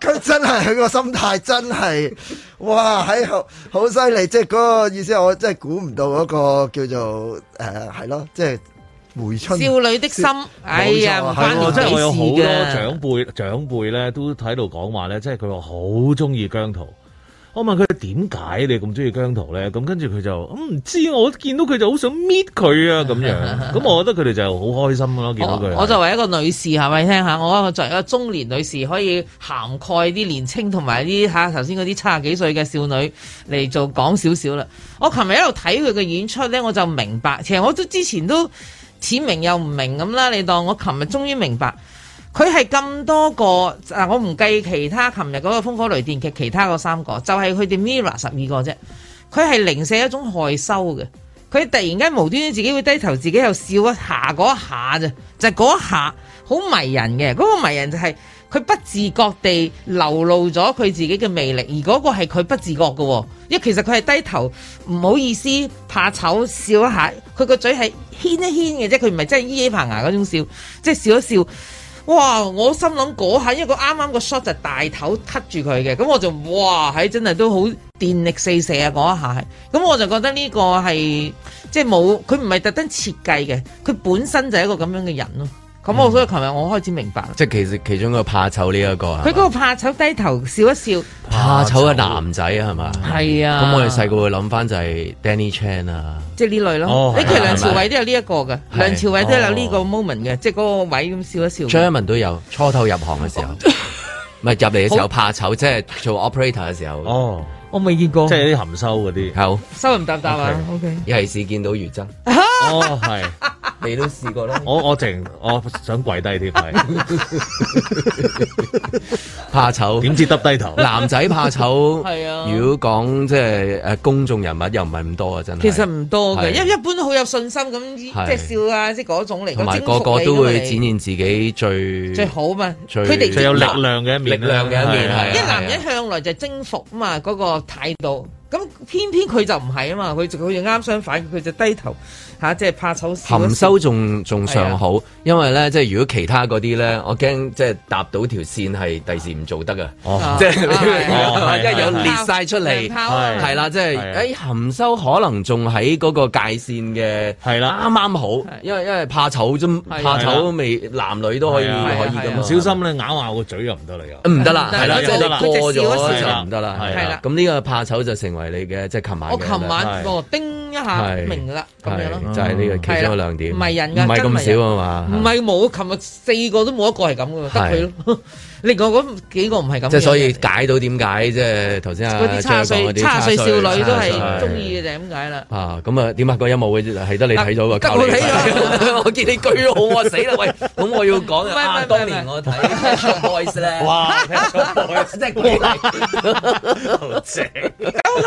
佢真係佢個心態真係，哇！喺好好犀利，即係嗰個意思，我真係估唔到嗰個叫做誒係咯，即係回春。
少女的心，哎呀，唔
係喎，哦
關年
冇錯
即係我有好
紀
多
事
長輩長輩咧，都喺度講話咧，即係佢話好中意姜濤。我問佢點解你咁中意姜濤咧？咁跟住佢就嗯唔知，我見到佢就好想搣佢啊咁樣。咁我覺得佢哋就好開心咯，見到
我
佢。
我作為一個女士係咪聽下？我作為一個中年女士，可以涵蓋啲年青同埋啲嚇頭先嗰啲七十幾歲嘅少女嚟做講少少啦。我琴日喺度睇佢嘅演出咧，我就明白，其實我都之前都似明又唔明咁啦。你當我琴日終於明白。佢係咁多個嗱，我唔計其他琴日嗰個風火雷電劇，其他嗰三個就係佢哋 Mirror 十二個啫。佢係零舍一種害羞嘅，佢突然間無端端自己會低頭，自己又笑一下嗰一下啫，就係嗰一下好迷人嘅。嗰、個迷人就係佢不自覺地流露咗佢自己嘅魅力，而嗰個係佢不自覺嘅喎，因為其實佢係低頭唔好意思、怕醜笑一下，佢個嘴係牽一牽嘅啫，佢唔係真係依起棚牙嗰種笑，即係笑一笑。哇！我心諗嗰下，因為佢啱啱個 shot 就大頭揼住佢嘅，咁我就哇係真係都好電力四射啊！嗰一下係，咁我就覺得呢個係即係冇佢唔係特登設計嘅，佢本身就係一個咁樣嘅人
嗯
咯。咁我所以琴日我開始明白啦，
即係其實其中一個怕醜呢一個啊
佢嗰，個怕醜低頭笑一笑，
怕醜嘅男仔係嘛？
係啊，
咁我哋細個會諗翻就係 Danny Chan 啊，
即係呢類咯
哦。
你其
係
實
啊
梁朝偉都有呢一個嘅，
係
梁朝偉都有呢個
哦
moment 嘅，即係嗰個位咁笑一笑嘅。
張一文都有初頭入行嘅時候，唔係入嚟嘅時候怕醜，即係做 operator 嘅時候，
哦，
我未見過
即，係啲含羞嗰 啲。
好
收唔搭搭啊，OK。
尤其是見到餘真，
哦，係，
你都試過啦，
我我淨我想跪低添，係
怕醜
點知耷低頭。
男仔怕醜，
係啊
如果講即係誒公眾人物又唔係咁多啊，真係。
其實唔多嘅，
係
因一般好有信心咁，即
係
係笑啊，即係嗰種嚟講。
同埋
征
個
服
個
你
都
㗎嘛
會
你
展現自己最
最好嘛。
最
佢哋
最有力
嗱
量嘅一面，
力量嘅一面
係啊
係
一
啊
男人向來就係征服啊嘛，嗰個態度。咁偏偏佢就唔係啊嘛，佢就佢就啱相反，佢就低頭嚇，即係怕醜笑一
含
笑。
羞仲仲尚好，因為咧即係如果其他嗰啲咧，我驚即係搭到條線係第時唔做得啊嘅，
哦
啊
即係你
哦 係
即係有
係
裂晒出嚟。
係
係啦，即係
係啊
誒含羞可能仲喺嗰個界線嘅，
係啦
啱啊啱好，因為因為怕醜啫，
係啊
怕醜未男女都可以
係啊
可以
係啊
咁
唔
啊
小心咧咬咬個嘴又唔得啦又。
唔得啦，係啦，
唔
即
得
係
啦
你過咗
唔得
就
啦
唔得啦，
係
啦
咁呢個怕醜就成為你嘅即係琴晚嘅。
我琴晚
係
我叮一下
係
明啦，咁樣
係
咯，
就係呢個其中嘅亮點，
係啦唔係人㗎
唔係咁少啊嘛，
唔係冇，琴日四個都冇一個係咁嘅，得佢咯。 你講嗰幾個唔係咁嘅。
即係所以解到點解即係頭先啊
嗰啲差
張
歲
講嗰啲
差歲少女都
差
係
歲
中意嘅就係咁解啦。
啊，咁啊，點啊？個音樂會係得你睇咗個，
得
靠
我
你
睇咗
我見你句號，我死啦！喂，咁我要講
唔係唔係
啊，
唔係
當年我睇 Pet Shop Boys 咧，
哇！
即係佢
咁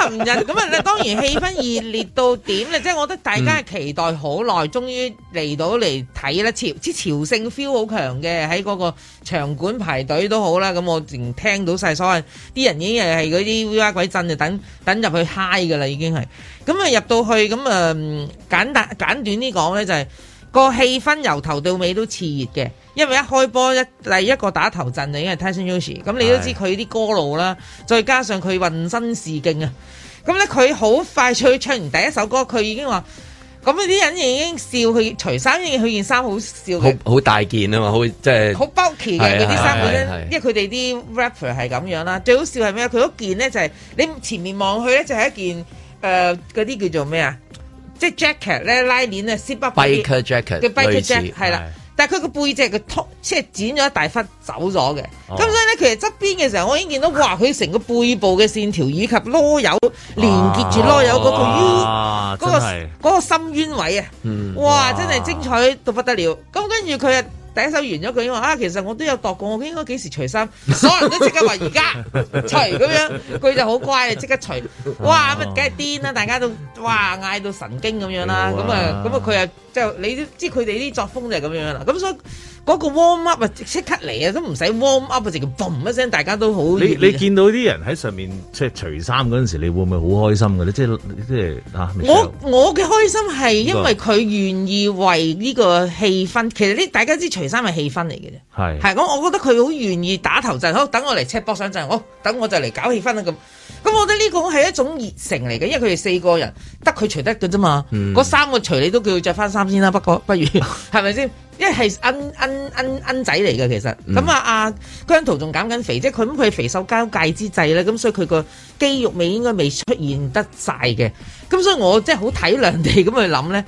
琴日咁啊，你當然氣氛熱烈到點咧？即係我覺得大家係期待好耐，終於嚟到嚟睇啦。潮之朝聖 feel 好強嘅，喺嗰個場館排隊都好啦。咁我淨聽到晒所謂啲人已經係嗰啲烏鴉鬼震，就等等入去嗨 i 噶啦，已經係。咁啊入到去咁啊、嗯簡單簡短啲講咧就係、個氣氛由頭到尾都熾熱嘅，因為一開波一第一個打頭陣就已經係 Tyson Yoshi，咁你都知佢啲歌路啦，再加上佢渾身是勁啊，咁咧佢好快脆唱完第一首歌，佢已經話。咁呢啲人已經笑佢除衫，因為佢件衫好笑嘅，
好好大件啊嘛，好即係
好 bulky
係啊
嘅佢啲衫，
係
佢
係
咧，因為佢哋啲 rapper 係咁樣啦。最好笑係咩？佢嗰件咧就係、你前面望去咧就係一件誒嗰啲叫做咩啊？即係 jacket 咧拉鏈咧 zip up 嗰啲
biker jacket
嘅 biker
類似啊
jacket 係啦
係。
但係佢個背脊嘅拖，即係剪咗一大忽走咗嘅。咁、
哦
所以咧，其實側邊嘅時候，我已經見到哇，佢成個背部嘅線條以及囉柚連結住
哦
囉柚嗰個 U。
哇
嗰、
真係嗯
個嗰個深淵位啊！哇，真係精彩到不得了。咁跟住佢啊，第一首完咗，佢已經話啊，其實我都有度過，我應該幾時除 衫，所有人都即刻話而家除咁樣，佢就好乖，即刻除。哇，咁啊梗係癲啦，大家都哇嗌到神經咁樣啦，
好
咁
啊
啊咁啊佢啊即係你都知佢哋啲作風就係咁樣啦，咁所以。嗰個 warm up 啊，即刻嚟啊，都唔使 warm up 啊，直接嘣一聲，大家都好
你
熱烈啊。
你見到啲人喺上面即係除衫嗰陣時，你會唔會好開心嘅咧？即係即係嚇，
我
Michelle
我嘅開心係因為佢願意為呢個氣氛，其實呢大家知除衫係氣氛嚟嘅啫，
係
係咁，我覺得佢好願意打頭陣，好等我嚟赤膊上陣，好等我就嚟搞氣氛啦咁。咁我覺得呢個係一種熱誠嚟嘅，因為佢哋四個人得佢除得嘅啫嘛，
嗯
嗰、三個除你都叫佢着翻衫先啦，不過 不如係咪先？因為係恩恩恩恩仔嚟嘅其實，
嗯
咁啊啊姜濤仲減緊肥，即係佢咁佢係肥瘦交界之際咧，咁所以佢個肌肉味應該未出現得晒嘅，咁所以我即係好體諒地咁去諗咧，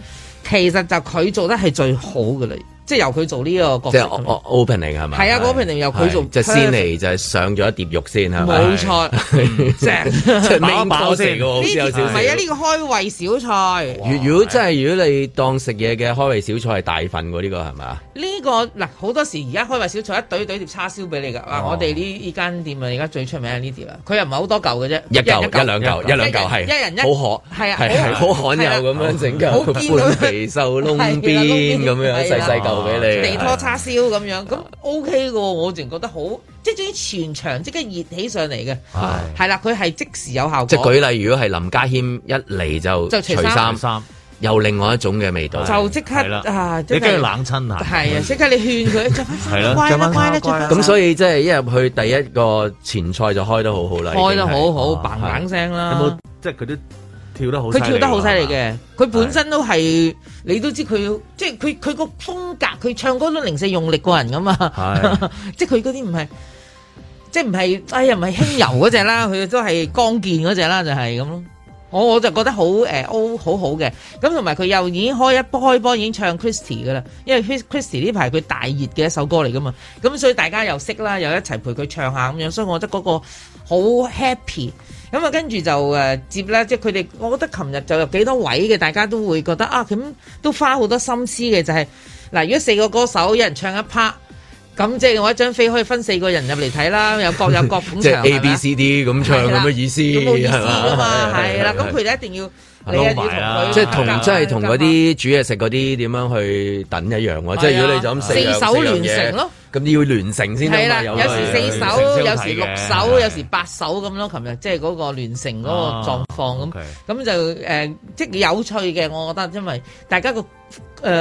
其實就佢做得係最好嘅啦，即係由佢做呢個角
即
色
係
咁樣。
o- opening 係咪？
係啊個 opening 由佢做
係就先嚟就係上咗一碟肉先係咪？
冇錯，嗯正。
即係
飽
main
飽
course
先
嚟嘅喎，好似有少
呢條唔
少。
係啊，呢個開胃小菜，
如如果真係如果你當食嘢嘅開胃小菜係大份喎，呢個係咪啊？
呢個嗱好多時而家開胃小菜一堆堆碟叉燒俾你
哦
㗎。嗱，我哋呢呢間店啊，而家最出名係呢碟啦，佢又唔係好多嚿嘅啫，
一嚿
人
一兩嚿
一
一兩嚿係，
一人一
好可
係啊
係係好
好
罕
係啊
有咁樣整嚿
好見到
半肥瘦窿
係啦
邊
窿邊
咁樣
係
細
啦
細嚿俾
地
你。
拖叉燒咁樣，咁 OK 嘅喎，我淨覺得好，即係總之全場即刻熱起上嚟嘅，係啦，佢係即時有效
即係
果，
舉例，如果係林家謙一嚟就
就除
除
衫
衫，
衫，
有另外一種嘅味道。
就即刻
係啦
啊，
你
真
跟
係
住冷親下，
係啊，即刻你勸 佢着翻
係啦
衫，乖
着
啦
返
乖啦，
衫
着翻
嗯咁所以即係一入去第一個前菜就開得好好啦，已經係
開得好好，
啊
砰砰聲
有
啦。
冇即係佢都跳得好？
佢跳得好犀利。嘅，佢本身都係你都知佢，即係佢佢個風格，佢唱歌都零舍用力過人噶嘛，
係
即係佢嗰啲唔係，即係唔係，哎呀唔係輕柔嗰只啦，佢都係剛健嗰只啦，就係咁咯。我我就覺得好誒 O 好好嘅，咁同埋佢又已經開一波開波已經唱 Christy 噶啦，因為 Chris- Christy 呢排佢大熱嘅一首歌嚟噶嘛，咁所以大家又識啦，又一齊陪佢唱下咁樣，所以我覺得嗰個好 happy。咁啊，跟住就誒接啦，即係佢哋，我覺得琴日就有幾多位嘅，大家都會覺得啊，咁都花好多心思嘅，就係、嗱，如果四個歌手一人唱一 part，咁即係我一張飛可以分四個人入嚟睇啦，有各有各 捧
即
場
係 A B C D 咁 唱咁嘅意思，
啊咁冇意思㗎嘛，
嘛啊
係啦，咁佢哋一定要你一定
撈埋
要
啦
同佢
即係同
夾
即係同嗰啲煮嘢食嗰啲點樣去等一樣喎，即係如果你就咁四樣
啊四手聯
四樣嘢
成咯，
咁要聯成先得
係
嘛
啦，
有
有
嘅
時四
有
手，
有
有
睇
時
嘅
六
係
啊
手，有時八手咁咯。琴日即係嗰個聯成嗰個
哦
狀況咁
啊，
咁就誒即係有趣嘅，我覺得，因為大家個誒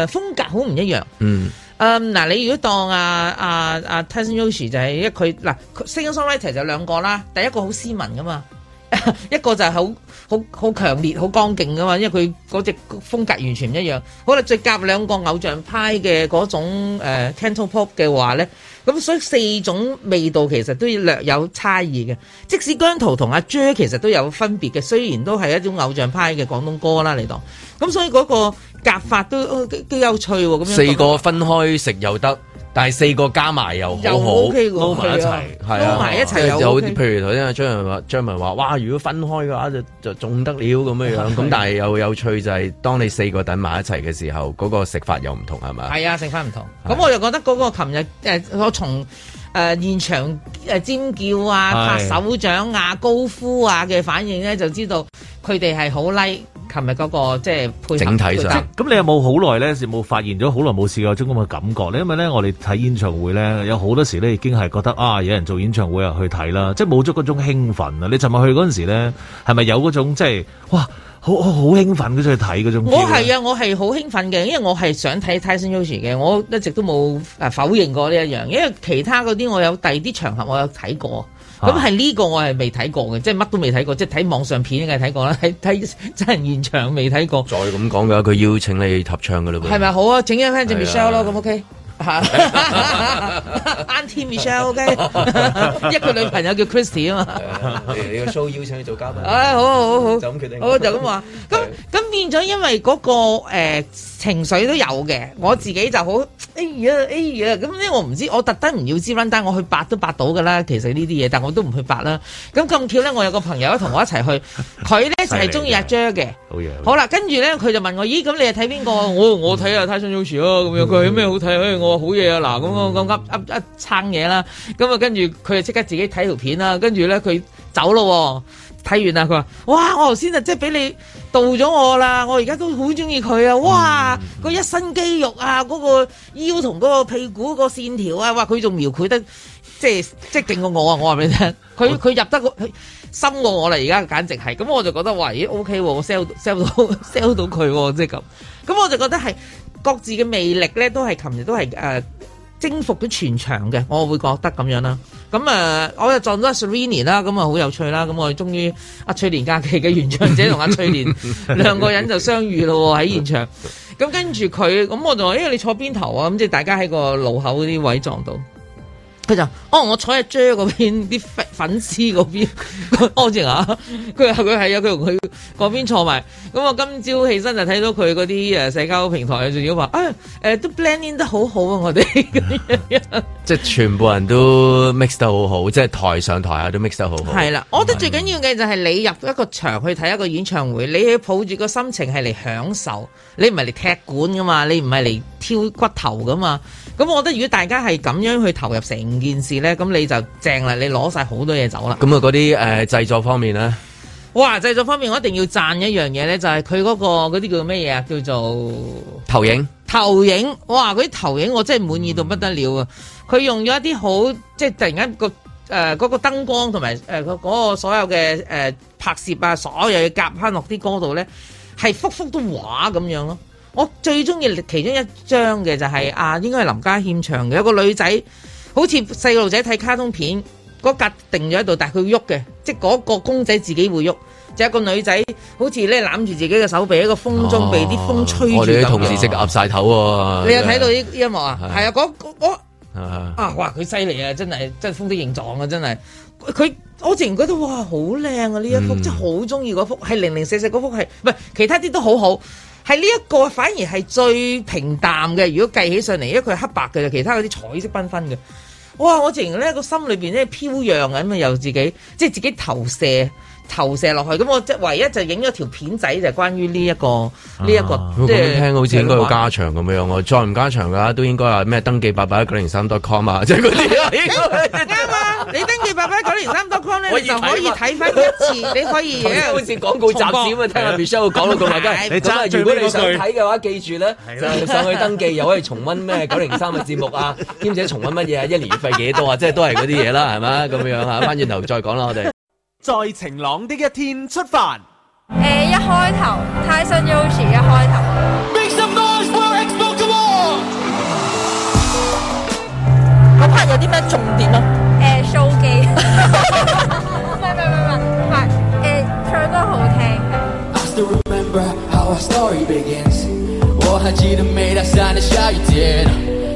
風格好唔一樣。
嗯，
嗯，嗱，你如果當啊啊啊 Tyson Yoshi 就係因為佢嗱佢 singer songwriter 就兩個啦，第一個好斯文噶嘛， 一個就係好好好強烈、好剛勁噶嘛，因為佢嗰只風格完全唔一樣。好啦，再夾兩個偶像派嘅嗰種誒、呃 canto pop 嘅話咧，咁所以四種味道其實都要略有差異嘅。即使姜濤同阿 J 其實都有分別嘅，雖然都係一種偶像派嘅廣東歌啦嚟當，咁所以嗰個夾法都哦幾幾有趣喎。咁樣
四個分開食又得，但係四個加埋又
又
好好。
OK 喎，
撈埋一齊
係
係
啊，
啊撈埋一齊
即係
又
就好似
OK
譬如頭先阿張文話，張文話，哇！如果分開嘅話就就仲得了咁樣 樣，咁但係又有趣就係當你四個等埋一齊嘅時候，嗰個食法又唔同係咪？
係啊，剩翻唔同。
係
咁我就覺得嗰個琴日誒，我從誒現場誒尖叫啊、拍
係
手掌啊、高呼啊嘅反應咧，就知道佢哋係好 like 琴日嗰個即係配合
整體上
配搭
咁你有冇好耐咧？有冇發現咗好耐冇試過有種咁嘅感覺咧？因為咧，我哋睇演唱會咧，有好多時咧已經係覺得啊，有人做演唱會啊去睇啦，即係冇咗嗰種興奮啊！你尋日去嗰陣時咧，係咪有嗰種即係哇，好好好興奮嗰種去睇嗰種 feel 呢？
我係啊，我係好興奮嘅，因為我係想睇 Tyson Yoshi 嘅，我一直都冇誒否認過呢一樣，因為其他嗰啲我有第二啲場合我有睇過。咁係呢個我係未睇過嘅，即係乜都未睇過，即係睇網上片梗係睇過啦，睇睇 真人現場未睇過。
再咁講嘅話，佢邀請你合唱嘅嘞喎。
係咪好啊？整一 friend 就
係啊
Michelle 咯，咁 OK 嚇 Auntie Michelle OK，一 個女朋友叫 Christy 啊嘛。
你個 show 邀請你做嘉 賓
啊，好好好好，
就咁決定
我就咁話。咁咁變咗，因為嗰、個、呃、情緒都有嘅，我自己就好哎呀哎呀咁咧，我唔知，我特登唔要支 run 單，我去八都八到噶啦。其實呢啲嘢，但我都唔去八啦。咁咁巧咧，我有個朋友同我一齊去，佢咧就係中意阿 J 嘅。
好嘢，好嘢
好啦，跟住咧佢就問我：咦，咁你係睇邊個啊？我我睇啊 Tyson Yoshi 咯，咁樣佢有咩好睇？誒，我喎，好嘢啊！嗱，咁咁咁噏噏一撐嘢啦，咁啊跟住佢就即刻自己睇條片啦，跟住咧佢走咯喎，睇完啦，佢話：哇！我頭先啊，即係俾你到咗我啦，我而家都好中意佢啊！哇，個一身肌肉啊，嗰、個腰同嗰個屁股個線條啊，哇！佢仲描繪得即係即係勁過我啊！我話俾你聽，佢佢入得個佢深過我啦，而家簡直係，咁我就覺得話，咦 OK 喎，我 sell sell 到 sell 到佢喎，即係咁，咁我就覺得係。各自嘅魅力咧，都係琴日都係誒、呃征服咗全場嘅，我會覺得咁樣啦。咁誒、呃我又撞到阿 Serrini 啦，咁啊好有趣啦。咁我哋終於啊阿翠蓮假期嘅原唱者同阿啊翠蓮兩個人就相遇咯喎喺現場。咁跟住佢，咁我就話：，因、為你坐邊頭啊？咁即係大家喺個路口嗰啲位撞到。佢就哦，我坐喺 J 嗰邊啲粉粉絲嗰邊， 安靜啊！佢話佢係啊，佢同佢嗰邊坐埋。咁我今朝起身就睇到佢嗰啲誒社交平台，仲要話啊誒都 blend in 得好好啊！我哋
嗯即係全部人都 mix 得好好，即係台上台下都 mix 得好好。
係啦，我覺得最緊要嘅就係你入一個場去睇一個演唱會，你去抱住個心情係嚟享受，你唔係嚟踢館噶嘛，你唔係嚟挑骨頭噶嘛。咁我覺得如果大家係咁樣去投入成件事咧，咁你就正啦，你攞晒好多嘢走啦。
咁啊，嗰啲誒製作方面咧，
哇！製作方面，我一定要讚一樣嘢咧，就係佢嗰個嗰啲叫咩嘢啊？叫做
投影
投影。哇！嗰啲投影我真係滿意到不得了啊！佢用咗一啲好即係突然間個呃誒嗰、個燈光同埋誒個嗰個所有嘅誒、呃拍攝啊，所有嘢夾翻落啲歌度咧，係幅幅都畫咁樣咯。我最中意其中一張嘅就係、
嗯
啊，應該係林家謙唱嘅，有個女仔好似細路仔睇卡通片，嗰格定咗喺度，但係佢喐嘅，即係嗰個公仔自己會喐。就一個女仔好似咧攬住自己嘅手臂喺個風中被啲風吹住
哦我哋
咁
啲同事
樣。
即刻岌晒頭喎。
你有睇到呢呢一幕啊？
係
係啊，嗰嗰嗰
啊？
啊，哇！佢犀利啊，真係真係風的形狀啊，真係佢。我自然覺得哇，好靚啊！呢一
嗯
幅、真係好中意嗰幅，係零零四四嗰幅係，唔係其他啲都好好。係呢一個反而係最平淡嘅。如果計起上嚟，因為佢係黑白嘅，其他嗰啲彩色繽紛嘅。哇！我自然咧個心裏邊咧飄揚啊咁啊，又自己即係自己投射投射落去。咁我即係唯一就影咗條片仔，就係關於呢一個呢一個
啊咁
即
樣
係
聽好似應該要加長咁樣喎，再唔加長嘅話都應該話咩登記八八一九零三 dot com 啊，即 係嗰啲啊應該。
啱 啊！你登記八八九零三 .com 咧，
可
你
以
就
睇
可以睇翻一 次，你可以
啊
呃
好似廣告雜誌咁啊，聽阿 Michelle 講到咁啊，
係
咁啊
你爭最
如果
尾
你
嗰
想
句
睇嘅話，記住咧就上去登記，又可以重温咩九零三嘅節目啊，兼且重温乜嘢啊，一年月費幾多啊，即係都係嗰啲嘢啦，係咪？咁樣嚇，翻轉頭再講啦，我哋。
在晴朗的一天出發。
誒、
dạ
一開頭 Tyson Yoshi 一開頭。
Make some noise for Expo Come On！
嗰 part 有啲咩重點啊？
誒 show 機，唔係唔係唔係唔係，誒唱歌好聽。
I still remember how our story begins。我還記得每大三的下雨天，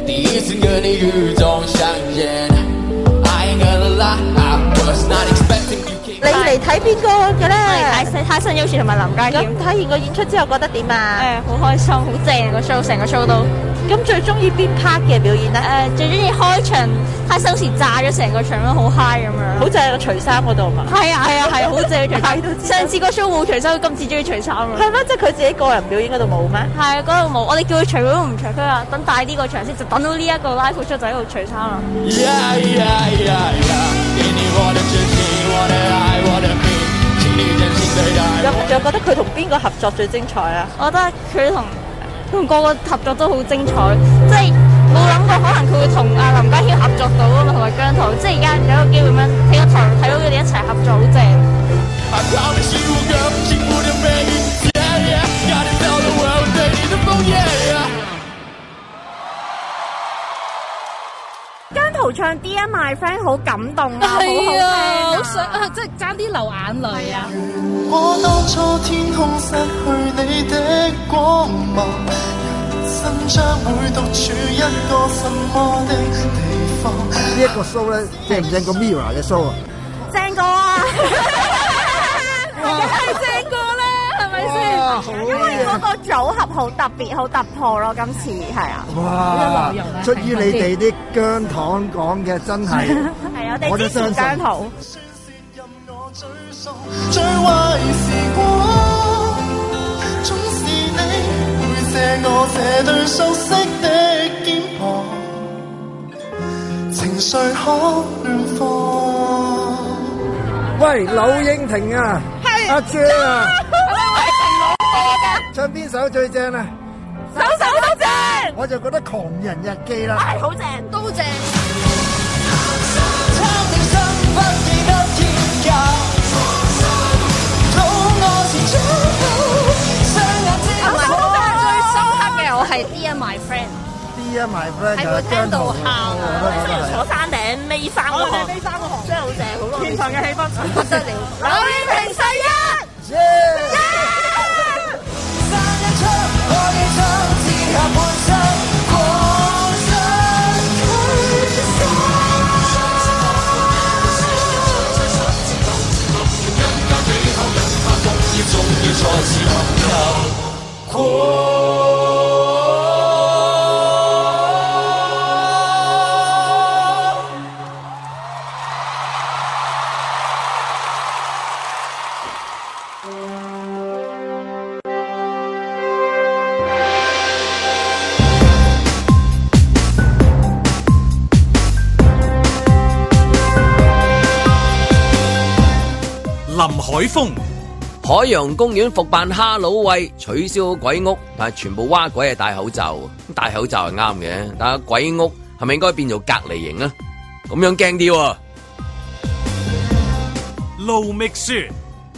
第一次跟你雨中相見。I ain't gonna lie, I was not expecting you came.
你嚟睇邊個嘅咧？
睇睇新 U 同埋林家
咁
謙，
睇完個演出之後覺得點啊？
誒好開心，好正個 show，成個 show 都
咁最中意邊 part 嘅表演咧？
誒最中意開場睇新 U 時炸咗成個場咯，好 high 咁樣。
好似係個除衫嗰度嘛？
係啊係啊 係啊，好正除
睇到知
衫。上次個 show 冇除衫，今次中意除衫啊。
係咩？即係佢自己個人表演嗰度冇咩？
係啊嗰度冇，我哋叫佢除佢都唔除，佢話等大啲個場先，就等到呢一個 live show 就喺度除衫啦。
Yeah yeah yeah yeah，給你我的真心，我的愛，我的命，請你真心對待
有
我。
有覺得佢同邊個合作最精彩啊？
我覺得佢同同個個合作都好精彩，即係冇諗過可能佢會同阿林家謙合作到啊嘛，同埋姜濤，即係而家有一個機會咁樣喺個台睇到佢哋一齊合作，好正。
I promise you a girl，幸福的美丽。Yeah yeah，gotta tell the world 对你的梦。Yeah yeah。
姜圖唱 Dear My Friend 好感動啊，好
係啊，好想啊，即係爭啲流眼淚啊！
我當初天空失去你的光芒，人生將會獨處一個什麼的地方。
呢一個 show 咧，正唔正過 Mirror 嘅 show 啊？
正過啊！
正過啦，係咪先？
哇，好
啊
嘢！
個組合好特別，好突破咯！今次係啊，
哇，出於你哋啲姜糖講嘅，真係
係啊，
我哋支持姜
圖。
任我沮喪，最壞時光，總是你會借我這對熟悉的肩膀。誰可放？
喂，柳英婷啊，阿姐啊，唱邊首最正啊？
首首都正，
我就覺得《狂人日記》啦，
係好
正，
都正。
啊
貪了心不記得天價，肚餓時出口，雙眼睛
我覺得最深刻嘅我係 Dear My Friend，
Dear My Friend
係會聽到喊啊！
我覺得
我
係
坐山頂尾三個
我
行，
係尾
三個行，真係好正，好耐。
現場嘅氣氛
不得了，柳英平世一。
我要將天下半生過上佢身。
林海峰，海洋公園復辦哈佬喂，取消鬼屋，但係全部蛙鬼係戴口罩，咁戴口罩係啱嘅，但係鬼屋係咪應該變做隔離營啊？咁樣驚啲喎。
路觅雪，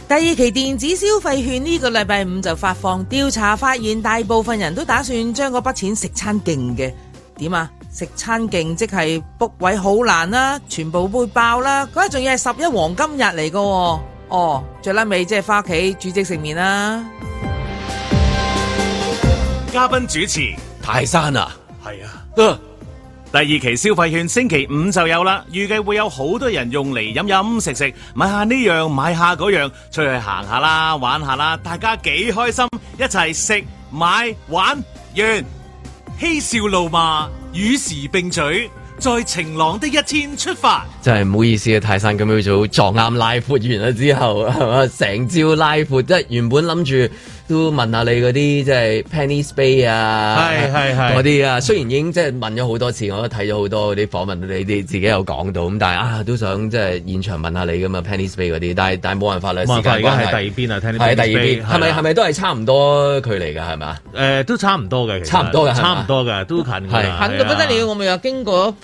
第二期電子消費券呢個禮拜五就發放，調查發現大部分人都打算將嗰筆錢食餐勁嘅。點啊？食餐勁即係 book 位好難啦，全部會爆啦。嗰日仲要係十一黃金日嚟噶、喎。哦，最撚尾即係翻屋企煮即食麵啦。
嘉賓主持
泰山啊，
係啊。
第
二期消費券星期五就有啦，預計會有好多人用嚟飲飲食食，買下呢樣買下嗰樣，出去行下啦，玩下啦，大家幾開心，一齊食買玩完，嬉笑怒罵，與時並舉，在晴朗的一天出發。
真係唔好意思啊！泰山咁朝早撞啱拉闊完啊咗之後，係嘛？成朝拉闊，即係原本諗住都問下你嗰啲即係 Penny Space 啊，
係係係
嗰啲啊。雖然已經即係問咗好多次，我都睇咗好多嗰啲訪問，你哋自己有講到咁，但係啊都想即係現場問下你噶嘛 Penny Space 嗰啲，但係但係冇辦法啦，
冇辦法
時間關係
而家係第二邊啊，Penny
係第二
Space，
邊，係咪
係啦
係咪都係差唔多距離㗎？係啊嘛？
誒都差唔多嘅，其實
差唔多嘅係嘛
差唔多嘅，都近㗎
係
啦，
近到不得了，我咪又經過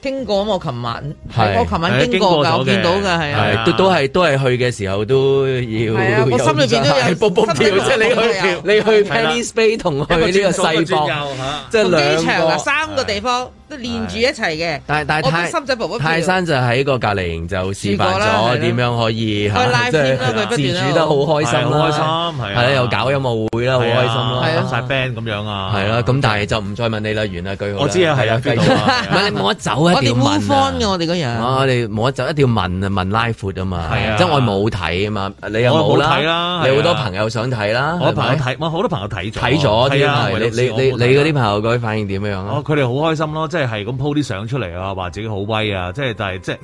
經過咁，我琴晚
係
我琴晚
係
經過
經過咗
㗎，我見到㗎係啊。
係都都係都係去嘅時候都要，
係啊我心裏邊都有
係卜卜跳，即
心裏邊
係你
都有啊
去你去
係啦
Penny Space 同去
一
呢
個
個
轉左一
世
個轉
博
右嚇，
即係
個機場啊，
兩個。
三個地方都連住一齊嘅。
但但係
我幫
泰
深圳婆婆
泰山就喺個隔離營就示
試過
範
啦係啦
咗點樣可以
開 live
即
添啦佢不
係
斷
自
喺度
主得好開心啦，
係好開心係啊
啦，又搞音樂會啦，好開心啦，
係啊，晒 band 咁樣啊，
係啦，咁但係就唔再問你啦，完啦，句號啦
我知啊係啊
繼
邊
續
度 啊
唔係你冇得走啊，一定要
我哋 move
問啊
on 嘅，我哋嗰樣。
我哋冇得走，一定要問啊，問拉闊啊嘛，
係啊
即係我冇睇啊嘛，你又
我
冇
冇睇啦
你
係啊
好多朋友想睇啦，
我朋友
係咪
睇，哇！好多朋友睇咗，
睇咗
係啊，
添
唯獨
你你
是我
你
冇睇
你嗰啲朋友嗰啲反應點樣啊
哦，？佢哋好開心咯，即係係咁 po 啲相出嚟啊，話自己好威啊，即係但係即係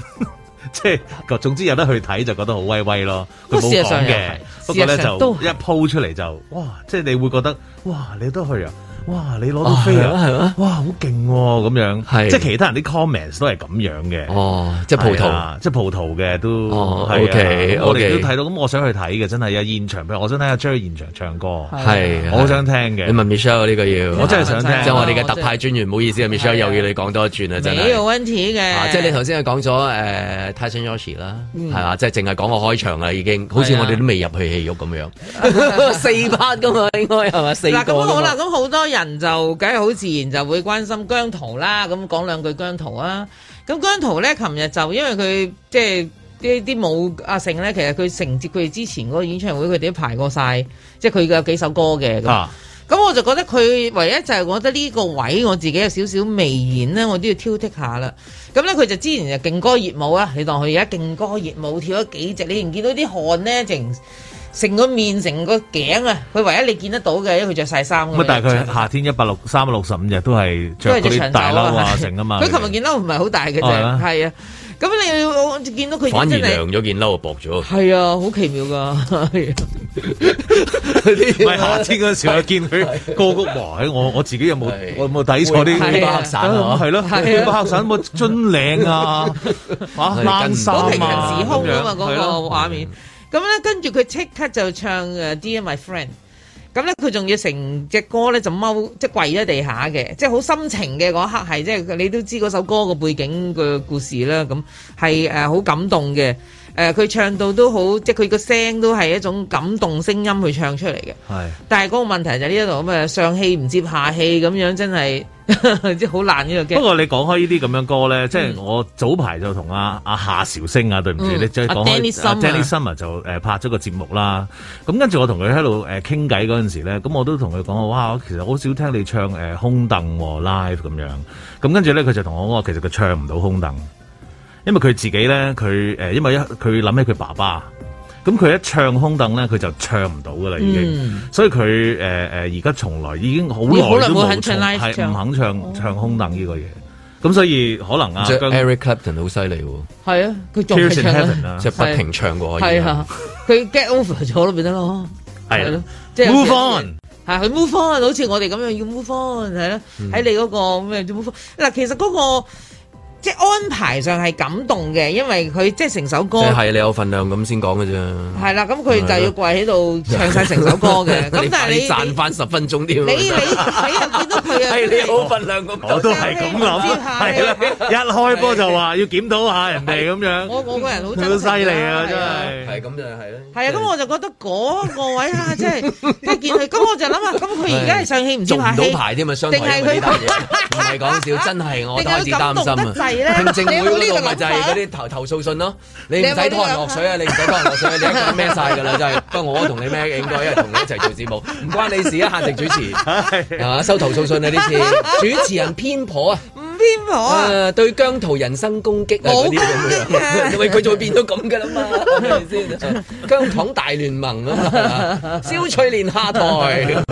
即係，總之有得去睇就覺得好威威咯。佢
不過事
冇
實上
講
又
嘅
啊
係，
不過咧
事實上
就
都
一 po 出嚟就哇，即係你會覺得哇，你都去啊！哇！你攞到飛
哦係啊係
啊！哇，好勁喎！咁樣，
係
即係其他人啲 comments 都係咁樣嘅。
哦，即係葡萄
係啊，即係葡萄嘅都。
哦
係啊
OK，
咁我哋
OK
都睇到，咁我想去睇嘅，真係有現場，譬如我想睇阿 J 現場唱歌，
係
啊我好想聽嘅。
你問 Michelle 呢個要，
我真係想聽
即係我哋嘅特派專員，唔好意思啊，Michelle 又要你講多一轉啊，真
你
係。
有問題
啊
嘅，
即係你頭先係講咗誒 Tyson Yoshi 啦，
嗯
係啊，即係淨係講個開場啦，已經好似
係啊
我哋都未入去戲肉咁樣，四 part 噶嘛，應該係嘛，四個
嗱咁
㗎
好
嘛
啦，咁好多人就梗係好自然就會關心姜濤啦，咁講兩句姜濤啊。咁姜濤咧，琴日就因為佢即係啲啲舞阿成咧，其實佢承接佢哋之前嗰個演唱會，佢哋都排過晒，即係佢有幾首歌嘅咁。
啊
咁我就覺得佢唯一就係我覺得呢個位我自己有少少微言咧，我都要挑剔下啦。咁咧佢就之前就勁歌熱舞啊，你當佢而家勁歌熱舞跳咗幾隻，你唔見到啲汗咧，成成個面成個頸啊，佢唯一你見得到嘅，因為佢着晒衫㗎嘛。
咁啊，但係佢夏天一百六三百六十五日都係着
都係
嗰
着
啲
長
大
袖
褸啊
係
成啊嘛。
佢琴日件褸唔係好大嘅啫，
係咩
係啊。咁你我見到佢
反而
真係
涼咗件褸薄咗。
係啊，好奇妙㗎。係啊
唔係夏天嗰陣時，我見佢個個哇！喺我我自己有冇我有冇睇錯啲
會會巴克散啊
係咯，
係啊
會巴克散乜樽領啊，啊
係
冷衫
好
啊，
平行時空啊嘛，
咁
嗰
樣係
個
咯
畫面。咁咧，跟住佢即刻就唱誒 Dear My Friend。咁咧，佢仲要成隻歌咧就踎，即係跪咗地下嘅，即係好深情嘅嗰一刻係，即係你都知嗰首歌個背景嘅故事啦。咁
嗯
係誒好感動嘅。誒，佢唱到都好，即係佢個聲都係一種感動聲音去唱出嚟嘅。
係。
但係嗰個問題就係呢一度咁啊，上氣唔接下氣咁樣，真係 即係好爛呢個
不
game。
過你講開呢啲咁樣歌咧，即係我早排就同阿阿夏韶聲啊，對唔住，
嗯
你即係講
阿 Danny
開
Summer
Danny Summer 就誒拍咗個節目啦。咁跟住我同佢喺度誒傾偈嗰陣時咧，咁我都同佢講我哇，其實好少聽你唱誒空凳喎 live 咁樣。咁跟住咧，佢就同我講話，其實佢唱唔到空凳，因為佢自己咧，佢誒因為一佢諗起佢爸爸。咁佢一唱空凳咧，佢就唱唔到噶啦，已經，
嗯
所以佢誒誒而家從來已經好
已經好
耐
耐
都
冇
冇
肯唱
重
live
係
唱哦
唔肯唱唱空凳呢個嘢。咁所以可能啊
即係
姜
Eric Clapton 好犀利喎，
係啊，佢仲
Tears
係
in
唱
Heaven
啊
啊，
即係不停唱過可以
係啊，佢 get over 咗咯，咪得咯。
係啦
即係
Move on。
係佢 move on，好似我哋咁樣要 move on，係啦，
嗯
喺你嗰個咩叫 move on 嗱，其實嗰個即係安排上係感動嘅，因為佢即係成首歌
即係你有份量咁先講嘅啫。
係啦，咁佢就要跪喺度唱晒成首歌 嘅，咁但係你
賺翻十分鐘添。啊
你你你又見 到佢啊，
係你好份量咁，
我都係咁諗，係啦，一開波就話要檢討下人哋咁樣，
我我個人好
佢好
真
犀利啊，真係。
係咁就係啦。
係啊，咁我就覺得嗰個位啊，真係即係見佢，咁我就諗啊，咁佢而家係上氣唔接
做唔
下
到
氣，
牌添啊！商台
定係
因為呢單
佢
嘢 唔係講笑，真係我
定係佢
開始擔心
感動得滯咧
啊！聽證
你有冇
會
呢
嗰
個
度咪就係
諗法啊
嗰啲投投訴信咯，你
你
唔
有冇
使
呢個
拖人落水 啊！你唔使拖人落水啊！你一個人孭晒㗎啦，真係。不過我同你孭應該，因為同你一齊做節目，唔關你事啊！限席主持係嘛？收投訴信啊！呢 次主持人偏頗啊！
唔偏頗啊！
誒對姜濤人身攻擊啊！嗰啲咁樣，因為佢就會變到咁㗎啦 嘛，係咪先？姜糖大聯盟啊嘛係 嘛，蕭翠蓮下台。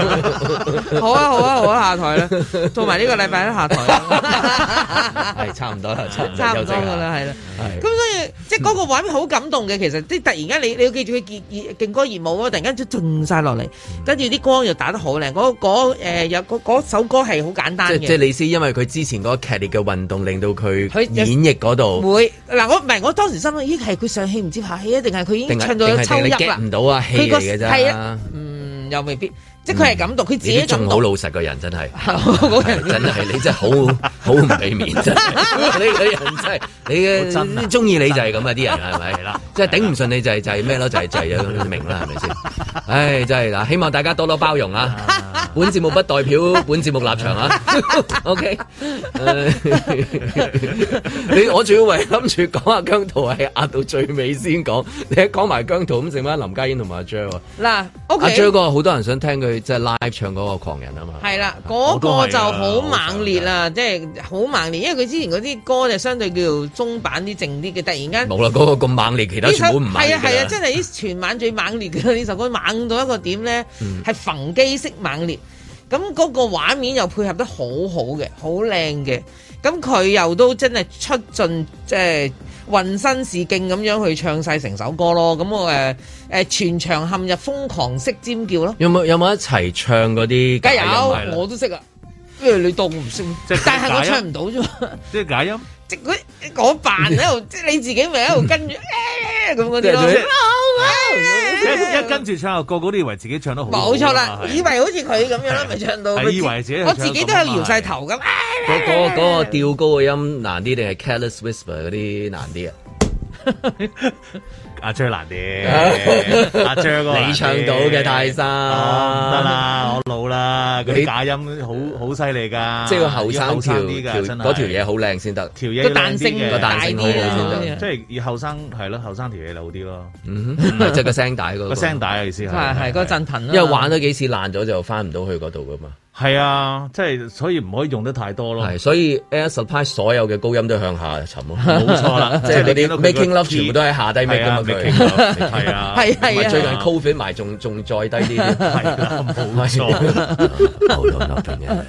好啊好啊好啊，下台啦，做埋呢個禮拜都下台啦，
係差唔多啦，差唔多
差唔
休息
多
下
噶啦，係啦。
係
咁所以即係嗰個畫面好感動嘅，其實即係突然間你你要記住佢熱熱勁歌熱舞啊，突然間都靜晒落嚟，跟住啲光又打得好靚，嗰嗰誒有嗰嗰首歌係好簡單
即
嘅。
即係你先，因為佢之前嗰個劇烈嘅運動令到佢
佢
演繹嗰度，
會嗱，我唔係我當時心諗，咦係佢上氣唔接下氣啊，定係佢已經
定係
唱
定
到
係
抽
定係你
泣
get
啦？
唔到啊戲
佢個
嚟嘅
係
啫
啊。嗯，又未必，即係佢係感動，佢自己
你仲
感
好
動。
老實個人真係，係真係你真係好好唔俾面真係，你個人真係你嘅中意你就係咁啊啲人係咪啦？即係頂唔順你就係就係咩咯？就係就係咁明啦係咪先？唉真係嗱，希望大家多多包容啊！本節目不代表本節目立場啊，OK？誒你我仲以為諗住講下姜濤係壓到最尾先講，你一講埋姜濤咁剩翻林嘉欣同埋阿 J 喎。
嗱
阿 J 嗰
，OK，
個好多人想聽佢即係 live 唱嗰個狂人啊嘛。
係啦，嗰
我都係
個
啊
就好猛烈啦，即係好猛烈，因為佢之前嗰啲歌就相對叫做中版啲靜啲嘅，突然間
冇啦，嗰、個咁猛烈，其他
呃呢首
全部唔猛
係
烈
啊係啊，
㗎
真係啲全晚最猛烈嘅呢首歌，猛到一個點咧，
嗯
係逢機式猛烈。咁嗰個畫面又配合得好好嘅，好靚嘅。咁佢又都真係出盡即係渾身是勁咁樣去唱晒成首歌咯。咁我誒誒全場陷入瘋狂式尖叫咯。
有冇有冇一齊唱嗰啲
梗
假音係
有，
啦？
我都識啊。因為你當我唔識，但係我唱唔到啫嘛。
即係假音，
即係嗰我扮喺度，即係你自己咪喺度跟住誒咁嗰啲
即係即係
咯。
一一跟住唱下歌，個個都以為自己唱得好。啊
冇錯啦，以為好似佢咁樣啦，咪唱到
係
佢
以為自己係
我
唱
自己
咁
都係
啊
搖晒頭咁。
嗰嗰嗰個吊高嘅音難啲定係 careless whisper 嗰啲難啲啊？
阿 J 難 啲，阿 J 個
你唱到嘅啊泰山
哦唔得啦，我老啦，嗰啲假音好好犀利㗎，
即係個後
要
生條
啲㗎
條
真係
嗰條嘢好靚先得，
條嘢
個
要靚啲嘅
個彈性好好先得，
即係以後生係咯，後生條嘢老啲咯，
即係個聲帶嗰個
嗯個聲帶嘅意思係啊
係係嗰個振頻
因
啦。
為玩咗幾次爛咗就翻唔到去嗰度噶嘛。
係啊，即係所以唔可以用得太多咯。
係，所以 Air Supply 所有嘅高音都向下沉咯，
冇錯啦
即係
即係你見
你啲
到佢個
Making Love
key
全部都喺下低 make 噶嘛，佢
making love，係啊係
係
啊
同埋最近
係啊
Covid 埋仲仲再
啊
低啲添，
係啦冇錯
係啊。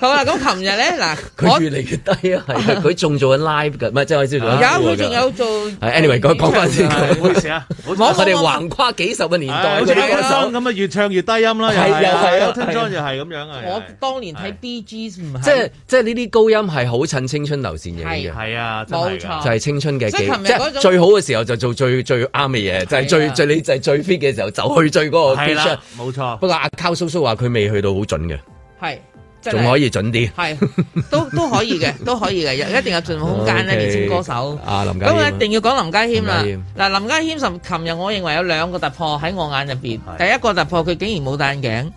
好啦，咁琴日咧嗱，
佢越嚟越低啊，係啊佢仲做緊 live 㗎，唔係即係我知道
有佢仲有做。
係 anyway，講講翻先，
唔好意思啊，
我
冇冇
哋
冇
橫跨幾十個年代，
哎好似阿生咁啊，越唱越低音啦，
係又係啊
t 又係咁樣啊。
我當年睇 B G 唔係
即係即係呢啲高音係好襯青春流線型嘅，
係啊，
真係㗎冇錯
就係青春嘅記
所以琴
憶，
日
即
嗰種
係最好嘅時候就做最最啱嘅嘢，就係最
係啊
最你就係最 fit 嘅時候就去最嗰個
係
pitch
啦
up，
冇錯。
不過阿 Cow 叔叔話佢未去到好準嘅，
係真係
仲可以準啲。
係都都可以嘅，都可以嘅，一定有進步空間咧，年青歌手。
啊林家
咁我
謙
一定要講林家謙啦
林。
嗱，林家謙甚琴日我認為有兩個突破喺我眼入邊。第一個突破佢竟然冇戴眼鏡，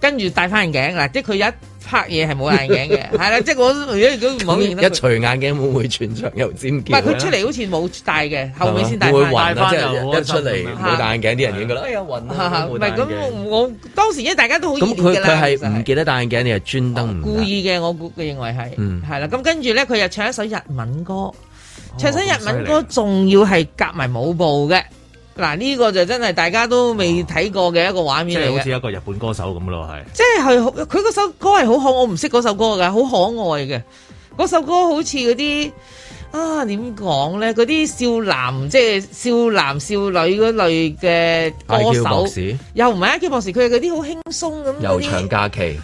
跟住戴翻眼鏡嗱，即係佢有一拍嘢係冇眼 鏡嘅，係啦，即係我如果如果唔好認得
一
佢。
除眼鏡會唔會全場又尖
唔
叫？
係佢出嚟好似冇戴嘅，後尾先戴
會
翻。
暈啊！即
又
係
好
一出嚟冇戴眼鏡，啲人已經覺得哎呀暈啊！
唔
冇
係
戴眼
咁，
鏡
我當時因為大家都好熱
咁佢
烈㗎啦，
佢
其實
係唔記得戴眼鏡，你係專登唔
故
戴啊
意嘅，我估佢認為係，
嗯
係啦。咁跟住咧，佢又唱一首日文歌，唱首日
哦
文
哦
咁
歌仲要係夾埋舞步嘅。嗱，呢個就真係大家
哦
都未睇過嘅一個畫
即
面
係
嚟
好似
嘅。
一個日本歌手咁咯，係。
即係好佢嗰首歌係好可，我唔識嗰首歌㗎，好可愛嘅。嗰首歌好似嗰啲啊點講咧？嗰啲少男即係少男少女嗰類嘅歌
IQ 博
手，
士
又唔係阿 Q 博士，佢係嗰啲好輕鬆咁嗰
悠
啲
長假 期，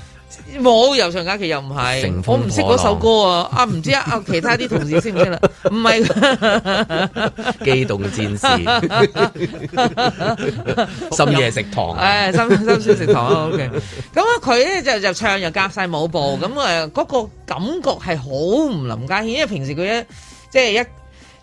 冇悠長假期又唔係
乘，風
我唔識嗰首歌啊！啊唔知啊，啊其他啲同事識唔識啦？唔係，
機動戰 士，深夜食 堂，
誒深深宵食堂啊，OK。咁啊，佢咧就就唱又夾晒舞步，咁誒嗰個感覺係好唔林家謙，因為平時佢一即係一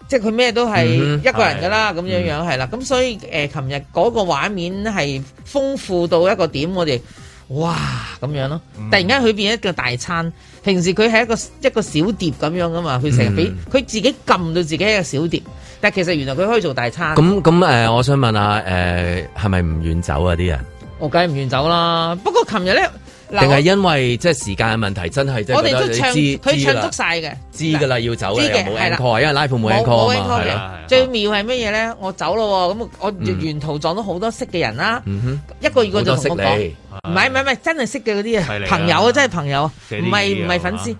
即係佢咩都係
嗯哼
一個人㗎啦，
係嗯
咁樣樣係啦。咁所以誒，琴日嗰個畫面係豐富到一個點，我哋哇咁樣咯，
嗯
突然間佢變一個大餐。平時佢係一個一個小碟咁樣㗎嘛，佢成日俾
嗯
佢自己撳到自己係一個小碟，但係其實原來佢可以做大餐。
咁咁誒，我想問下誒，係咪唔願走啊啲人？
我梗係唔願走啦。不過琴日咧，
定
嗱
係因為即係時間嘅問題，真係即
我
係
哋
覺
都
得
唱，
你知
佢
知
唱足
啦，
晒嘅，
知㗎啦，要走啦，啊
知
又
嘅
冇
係啦
encore，因為 live 冇 encore 啊嘛，
encore
係
嘅。
啦。
最妙係乜嘢咧？我走咯喎，咁我我
嗯
沿途撞到好多識嘅人啦，
嗯
一個二個就
好
同
多
我
識
講，
你
唔係唔係唔係，真係識嘅嗰啲
嚟
啊，
㗎
朋友啊，真係朋友啊，
即係呢啲
唔係
啊
唔係粉絲。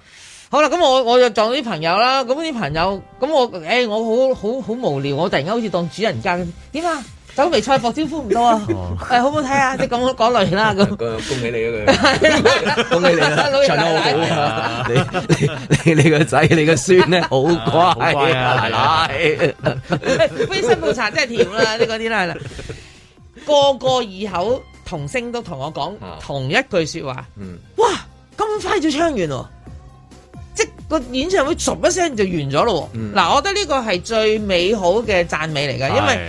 好啦，咁我我就撞到啲朋友啦，咁啲朋友，咁我誒、我好好好無聊，我突然間好似當主人家咁，點啊？走微菜博招呼唔到啊？誒、好唔好睇啊？即係咁嗰類啦，咁
哼，恭喜你啊 佢， 恭喜你啦，唱得好好啊！你你你個仔你個孫 咧好乖，
好乖啊
奶奶。
杯新抱茶真係甜啦，呢嗰啲啦，係啦個個異口同聲都同我講
啊
同一句説話，
嗯
哇！咁快就唱完喎，即個演唱會唰一聲就完咗咯喎。
嗯
嗱、我覺得呢個係最美好嘅讚美嚟㗎，因為。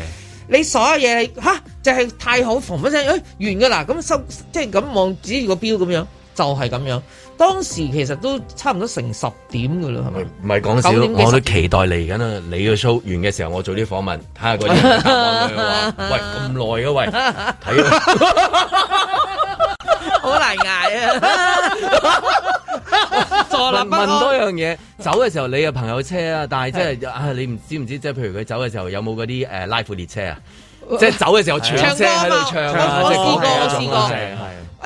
你所有嘢係吓就係、太好，逢一聲，哎完㗎啦，咁收即係咁望指住個錶咁樣，就係、咁樣。當時其實都差唔多成十點㗎啦，係咪？
唔係講笑，
九點幾
我都
十點
期待嚟緊啊！你個 show 完嘅時候，我做啲訪問，睇下嗰啲人答案佢 話：喂，咁耐嘅喂，睇啊
好難 捱啊！坐立
問
不安
問多樣嘢，走嘅時候你嘅朋友車啊，但係即係啊，你唔知唔知即係譬如佢走嘅時候有冇嗰啲誒拉闊列車啊？即係走嘅時候全車喺度唱啊！
啊唱歌啊嘛
即係
我我試過
嗰種
我試過
係係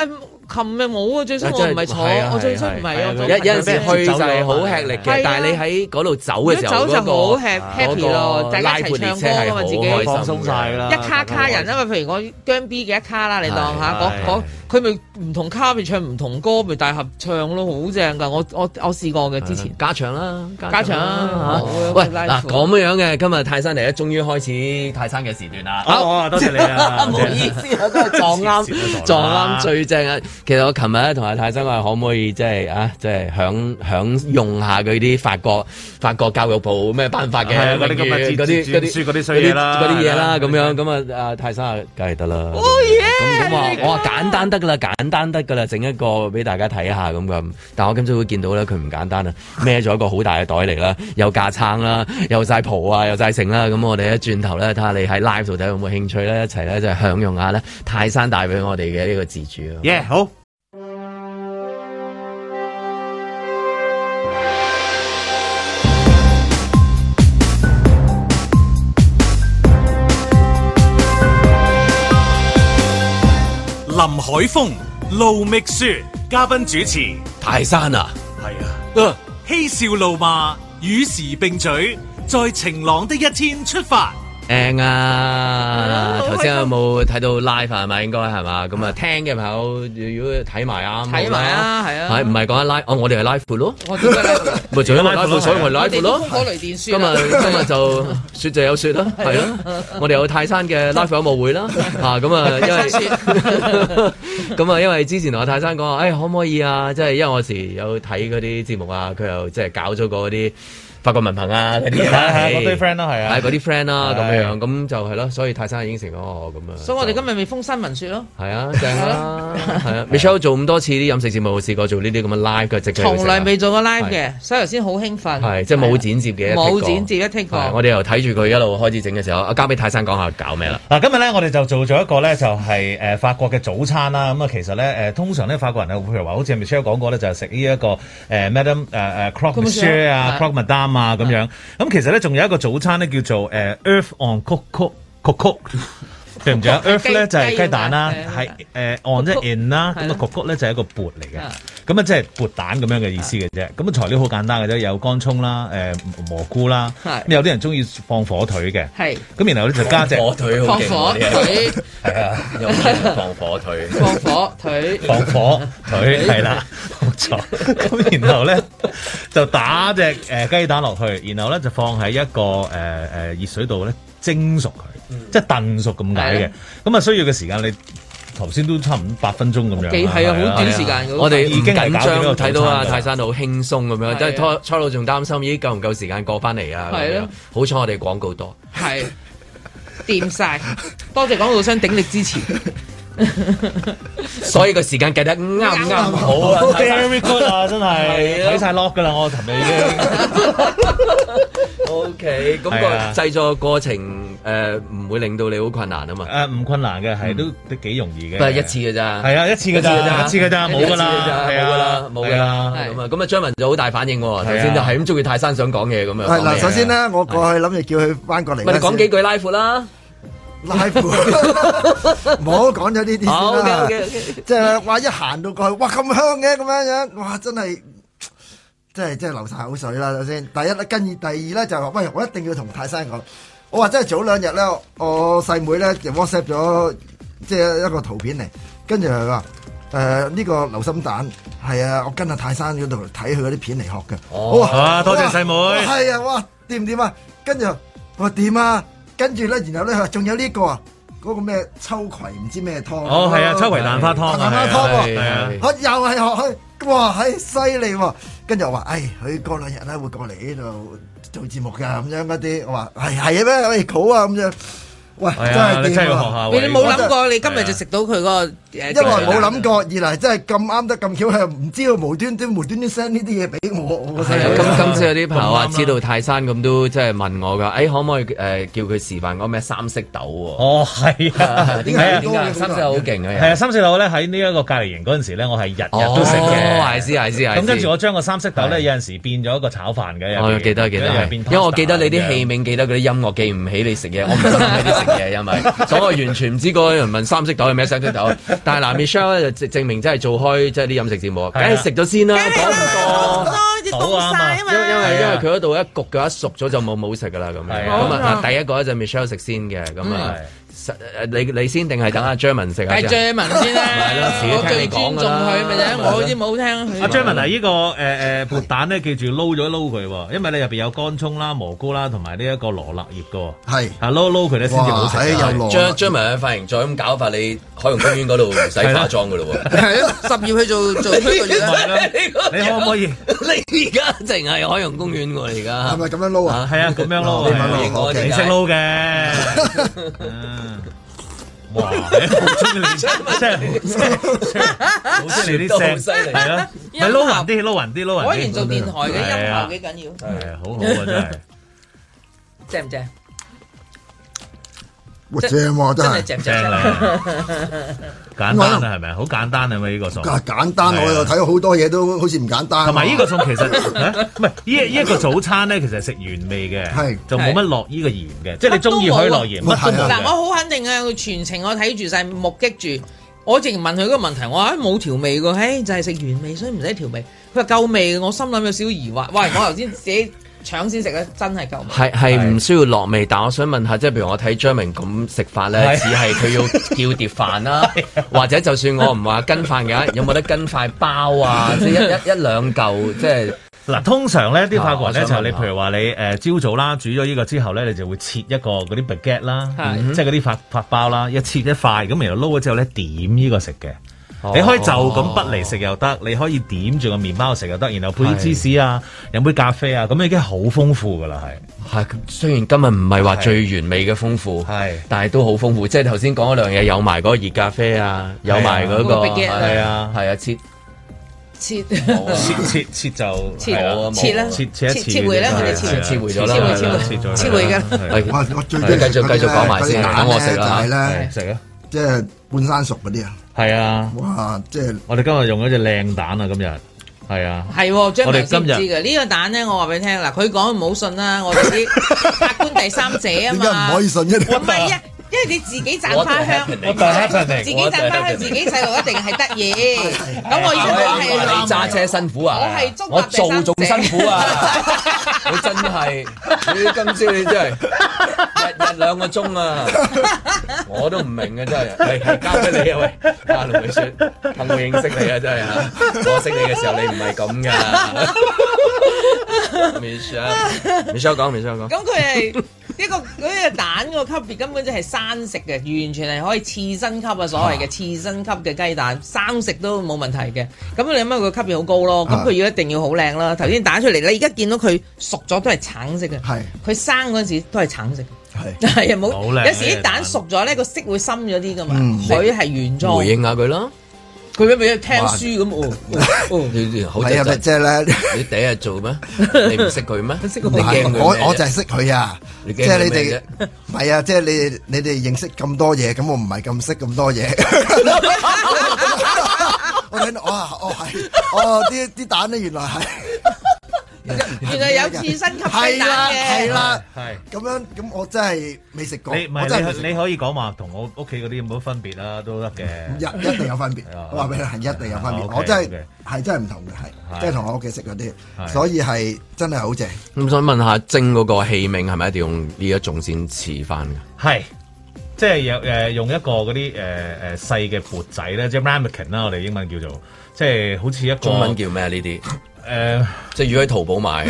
誒，琴日冇啊，最衰我唔係坐，
係啊
我最衰唔係我
有
坐。
有陣時去就係好吃力
係啊
嘅，但係你喺嗰度走嘅時候，
如果走就
嗰個
好吃 happy 咯
嗰個
大家一齊
拉闊列車係
唱歌㗎嘛自己
好開心
放鬆曬㗎啦
一卡卡人啊嘛，譬如我姜 B 嘅一卡啦，你當下
係
講講，佢咪唔同卡咪唱唔同歌，咪大合唱咯，好正㗎！我我我試過嘅之前。
加長啦，
加長啊！
喂，嗱咁樣嘅，今日泰山嚟咧，終於開始泰山嘅時段啦。
哦多謝你啊
唔好意思，我都係撞 啱，撞啱最正啊！其實我琴日咧同阿泰山話，可唔可以即係啊，即係享享用下佢啲法國法國教育部咩頒發嘅
係啊嗰啲咁嘅
榮譽
自
嗰啲
自自書嗰啲衰嘢啦
嗰啲嘢啦，
係
咁
啊
樣咁啊，阿泰山啊梗係得啦。咁咁話，我話簡單得噶啦，簡單得噶啦，整一個俾大家睇下咁咁。但我今朝會見到咧，佢唔簡單啊，孭咗一個好大嘅袋嚟啦，有架撐啦，有晒蒲啊，有晒剩啦。咁我哋一轉頭咧，睇下你喺 live 到底有冇興趣咧，一齊咧就係享用下咧泰山帶俾我哋嘅呢個自主啊。
耶，好。
林海峰、盧覓雪，嘉賓主持
泰山啊！
系啊，嬉笑怒罵，與時並舉，在晴朗的一天出發。
靚啊！頭先有冇睇到 live 啊？係咪應該係嘛？咁啊，聽嘅朋友如果睇埋啱，
睇埋啊
好
係
啦
啊
係唔係講緊 live？哦，我哋係 live 闊咯，
我 點解咧？
咪就因為 live 闊，所以我哋
我
live 闊
哋
咯
都。通過雷電書
今日
啦
今日就雪就有雪 啦，係咯。
啊
我哋有泰山嘅 live 音樂會啦，嚇咁啊，因為。 咁啊，因為之前同阿泰山講話，誒、可唔可以啊？即係因為我有時有睇嗰啲節目啊，佢又即係搞咗嗰啲法國文憑啊嗰 啲
係
啊，
係嗰堆 friend 啦係啊
係嗰啲 friend 啦咁
係
樣，咁就係咯，所以泰山已經成咗我咁啊，
所以我哋今日咪封新聞說咯，
係啊，正 啦，係啊，Michelle 做咁多次啲飲食節目，試過做呢啲咁嘅 live 嘅直播，
從來未做過 live 嘅，所以頭先好興奮。
係即係啊冇剪接嘅，
冇剪接一 take 過
係我哋又睇住佢一路開始整嘅時候，啊交俾泰山講下搞咩啦。
嗱，今日咧我哋就做咗一個咧就係、呃法國嘅早餐啦。咁、啊，其實咧誒、呃通常咧法國人啊，譬如話好似 Michelle 講過咧，就係食呢一個誒 Madam 誒誒 Croque Monsieur 嗯啊、
係
Croque Madame 啊咁樣。咁其實咧仲有一個早餐咧叫做誒、呃 Earth on Cook Cook Cook Cook。對唔住啊
雞
，Earth 咧就係
雞
雞蛋啦
蛋，
係誒 on 即係 in 啦，咁啊 cook cook 咧就係一個缽嚟嘅。咁啊，即係撥蛋咁樣嘅意思嘅啫。咁啊，材料好簡單嘅啫，有乾葱啦，誒、蘑菇啦，
係
咁有啲人中意放火腿嘅，
係
咁然後咧就加隻
放火腿好勁喎放火
腿呢
係啊，有啲放火 腿，
放火腿，
放火腿係啦，冇錯。咁然後咧就打隻誒雞蛋落去，然後咧就放喺一個誒誒熱水度咧蒸熟佢，即係燉熟咁解嘅。咁啊需要嘅時間你。頭先都差唔多八分鐘咁樣啦，
幾係啊好短時間嗰個
我哋
已
已
經
經
係
緊
搞咗呢個
張，睇到啊
早餐㗎啦
泰山好輕鬆咁樣，即係初初老仲擔心，咦夠唔夠時間過翻嚟啊？咁
係
樣
咯
好彩我哋廣告多，
係掂晒，多謝廣告商鼎力支持。
啊所以個時間計得啱啱好啊
Very good 啊，真係睇晒 lock 噶啦，我琴日已經。
O K，咁
係啊
個製作過程誒唔會令到你好困難啊嘛。
誒唔困難嘅，係都都幾容易嘅。
不過一次嘅咋，
係啊，一次嘅咋，一次嘅咋，冇㗎
一次
啦，
㗎
係
咋冇㗎
啊
啦，，冇㗎啦。咁啊，咁啊，張文就好大反應喎。頭先就係咁中意泰山想講嘢咁樣。
係嗱，首先咧，我過去諗住叫佢翻過嚟
咪你
咧先。
講幾句拉闊啦。
唔好講咗呢啲先
好
啦。
，OK，OK，OK
即係哇，一行到過去，哇咁香嘅咁樣樣，哇真係。真係真係流晒口水啦！首先，第一咧，跟住第二咧就係話，喂，我一定要同泰山講。我話真係早兩日咧，我細妹咧就 WhatsApp 咗即係一個圖片嚟，跟住佢話誒呢個流心蛋係啊，我跟阿泰山嗰度睇佢嗰啲片嚟學嘅。
哦啊多謝細妹
係啊，哇掂唔掂啊？跟住我話掂啊，跟住咧，然後咧佢話仲有呢個啊，嗰個咩秋葵唔知咩湯。
哦係啊秋葵蛋花湯啊
蛋花
係啊
湯喎，
係啊
我又係學佢，哇，係犀利喎！跟住我話，唉，佢過兩日咧會過嚟呢度做節目㗎，咁樣嗰啲，我話係係嘅咩？喂，好啊，咁樣，喂，
係啊
真係
你
掂
真係要學下
啊！
喎你冇諗
過你今日就食到佢嗰個誒，
啊
啊因
因為冇諗過，二嚟真係咁啱得咁巧，佢又唔知道無端端無端端 send 呢啲嘢俾我，我
係啊，
真
咁今次有啲朋友話知道泰山咁都即係問我㗎，誒可唔可以誒叫佢示範嗰咩三色豆喎？
哦，係啊，
點
係
解
啊
點解三色豆好勁啊？
係啊，三色豆咧喺呢一個隔離營嗰陣時咧，我係日日都食嘅。
哦係是係是係是
咁跟住我將個三色豆咧，有陣時變咗一個炒飯嘅。
我哎記得記得，係因為我記得你啲器
味。
皿，記得嗰啲音樂，記唔起你食嘢，我唔 記得你啲食嘢，因為所以我完全唔知嗰個人問三色豆係咩三色 豆。但係嗱，Michelle 咧就證證明真係做開即係啲飲食節目，梗係食啊咗先啦，講唔過。
多哦晒啊嘛，
因為因為佢嗰度一焗嘅一熟咗就冇冇食噶啦咁樣。
係啊
咁
冇
啊
錯
嗱，第一個咧就 Michelle 食先嘅，咁啊
嗯
實誒你你先定係等阿 Jerman 食啊？
梗係張文先
係啦
啦，
自己
我
聽
最
你
尊
講㗎
重
啦啊
佢咪就係我啲冇聽佢。
阿
嗯
張文啊，呢個誒誒撥蛋咧，記住撈咗撈佢喎，因為你入邊有乾葱啦、蘑菇啦，同埋呢一個羅勒葉嘅喎。
係
啊，撈一撈佢咧先至好食㗎。
將將埋嘅髮型再咁搞法，你海洋公園嗰度唔 使化妝噶咯喎。
十月去做做推個月啊 啦
你可唔可以？
你而家淨係海洋公園喎，你而家
係咪咁樣撈啊？
係啊，咁樣撈，
你咪撈
係啊
我哋
你識撈嘅。哇！好中意 你，真係好中意你啲聲，係咯，咪撈勻啲，撈勻啲，撈勻啲。
果然做電台嘅
係
音
啊
效幾緊要，
係啊好好啊，真係。
正唔正？
哇正喎真係
正
正啊
正
啦簡單啦，係啊咪？好簡單係咪呢個餸？
簡單，我又睇到好多嘢都好似唔簡單。
同埋呢個 餸其實誒唔係呢呢一個早餐咧，其實係食原味嘅
係，
就冇乜落呢個鹽嘅，即係你中意可以落鹽，乜都冇啊嘅。
嗱，我好肯定啊！佢全程我睇住晒，目擊住。我直問佢個問題，我話哎冇調味㗎，嘿就係食原味，所以唔使調味。佢話夠味，我心諗有少少疑惑。喂，我頭先自己搶先食咧，真係夠味。
係係唔需要落味，但我想問下，即係譬如我睇張明咁食法咧，
係
只係佢要 叫碟飯啦，或者就算我唔話跟飯嘅，有冇得跟塊包啊？ 即係一一一兩嚿，即係
嗱，通常咧啲法國人咧
啊
就
我
係
想問
你
下
譬如話你誒朝早啦，煮咗呢個之後咧，你就會切一個嗰啲 baguette 啦，
係
即係嗰啲法法包啦，一切一塊咁，然後撈咗之後咧點呢個食嘅。
哦
你可以就咁不嚟食又得，你可以點住個麵包食又得，然後配啲芝士啊，飲杯咖啡啊，咁已經好豐富噶啦，係。
係，雖然今日唔係話最完美嘅豐富，係，但係都好豐富。即係頭先講嗰兩嘢，有埋嗰個熱咖啡啊，有埋嗰個
嗰個 baguette 啊
係啊，係啊，切
切
切切切就
切
係啊冇
切啦
切切一次
切回啦，
係啊
我哋切回
切回咗啦
切
啊
回
係啦
切回
切
切
回
回㗎啦。
係
我我最中意
係繼續繼續講埋先等我食
就
啦
係咧，
食啊，
即係半生熟嗰啲啊，
係啊，
哇！即係
我哋今日用咗隻靚蛋啊，今日係啊，
係喎，張
我哋
明
今
先知
日
嘅呢個蛋咧，我話俾你聽嗱，佢講唔好信啦，我哋啲客觀第三者啊
點解唔
嘛。
可以信啫？
唔係啊，因為你自己賺花香，
What the happening？
自己賺
What
花
the
香，
happening？
自己細路一定係得意。咁我
你
而家
揸
我係
車辛苦啊！
我係中
我
國第三者
做仲辛苦啊！ 你真係，你今朝你真係日日兩個鐘啊！我都唔明 啊，真係，係係交俾你啊喂，阿盧美雪，幸會認識你啊，真係啊！我識你嘅時候你唔係 咁噶，Michelle，Michelle 講，Michelle 講，
咁佢係一個嗰個蛋個級別根本就係生食嘅，完全係可以刺身級啊！所謂嘅刺身級嘅雞蛋，生食都冇問題嘅。咁你諗下佢級別好高咯，
啊
咁佢要一定要好靚啦。頭先打出嚟，你而家見到佢熟咗都係橙色嘅，佢生嗰陣時都係橙色嘅。 係啊，
好
冇
靚
有時
嘅
啲蛋熟咗咧，個色會深咗啲噶嘛
嗯。
佢係原裝，
回應下佢啦。
佢俾俾聽書咁哦喎。
你你好
係啊咪即係咧，
你第一日 做咩？你唔識佢咩？你
唔
驚
係
佢咩
我我就係識佢啊！
你
即
驚
係
佢
你
咩啫
哋唔係啊！即係你哋你哋認識咁多嘢，咁我唔係咁識咁多 嘢。我睇到哇，哦係，哦啲啲蛋咧原來係
原來有刺身級雞
係啦
蛋嘅，
係啦，
係。
咁樣咁我真係未食過，
你唔
哦我真係未
係
食
你你可以講話同我屋企嗰啲有冇分別啦，都得嘅。
一一定有分別，我話俾你聽，一定有分別。
啊
我真係
OK，OK
係真係唔同嘅，
係
係即係同我屋企食嗰啲，
係
所以係真係好正。
咁想問下蒸嗰個器皿係咪一定要用呢一種先似翻嘅？
係，即係有誒用一個嗰啲誒誒細嘅缽仔咧，即係 ramekin 啦，我哋英文叫做，即係好似一個
中文叫咩呢啲？
誒，
即係如果喺淘寶 買，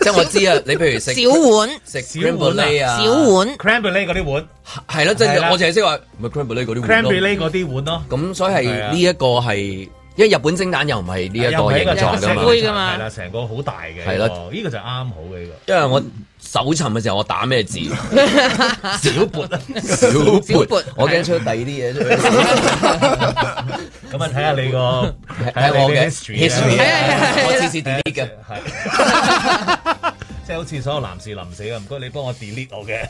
即係我知啊，你譬如食
小碗
食
小
c r a m b o l e 啊，
c r a m b o l e 嗰啲碗，
係咯，即
係啦
係我淨係識話咪 c r a m b o l e 嗰
c r
啲
a m
碗咯
b o l e 嗰啲碗咯。
咁所以係
係啊
呢一個係，因為日本蒸蛋又唔係嗯啊呢一個形狀㗎嘛。
係啦，成個好大嘅，
係
係
啦
啦，呢個就啱好嘅呢
因為我搜尋嘅時候，我打 咩字？小撥，小
小
撥
撥，
我驚出第二啲嘢出嚟。
個。咁啊，睇下你個
睇我嘅啊 history 啊我次次
delete 嘅，係。
啊
即係好似所有男士臨死啊，唔該你幫我 delete 我嘅。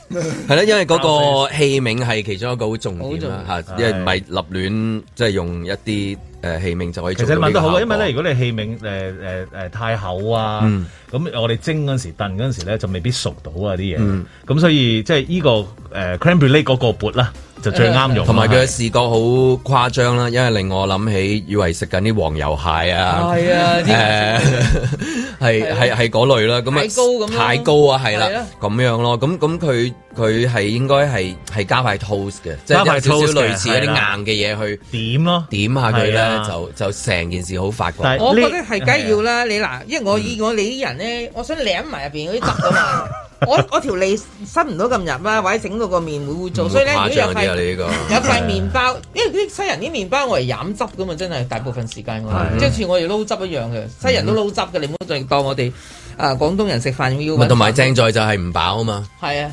係啦，因為嗰個器皿係其中一個好重點啦
好
嚇，
重要
因為唔係立亂即係用一啲誒器皿就可以
其
做
實你問
到
得
呢個
好啊，
效果。
因為咧，如果你器皿誒誒誒太厚啊，咁、
嗯
我哋蒸嗰陣時、燉嗰陣時咧，就未必熟到啊啲嘢。咁
嗯、
所以即係呢、個誒、c r a m b r l e 嗰個缽啦，就最啱用。
同埋佢嘅視覺好誇張啦，因為令我諗起以為食緊啲黃油蟹啊，
係啊啲
誒係係係嗰類啦，咁啊
太高咁咯
太高啊，係
係
啦
啊，
咁樣咯，咁咁佢佢係應該係係加塊 toast 嘅，即係
加
有
塊
少
toast
少
嘅
類似一啲
係啦
硬嘅嘢去
點咯，
點下佢
係
咧
啊，
就就成件事好法國。
但係
我覺得係梗係要
啊
啦。你嗱，因為
嗯
我以我你啲人咧，我想舐埋入邊嗰啲汁 啊嘛。我我條脷伸唔到咁入啦，或者整到個面會污糟，所以咧如
好
果
誇
有
張啲啊！
塊
你呢個
有塊麵包，因為啲西人啲麵包我係飲汁噶嘛，真係大部分時間我
係嗯
哋即係好似我哋撈汁一樣嘅，西人都撈汁嘅，你唔好再當我哋啊廣東人食飯要
咪
搵
同埋正在就係唔飽啊 嘛，
係啊，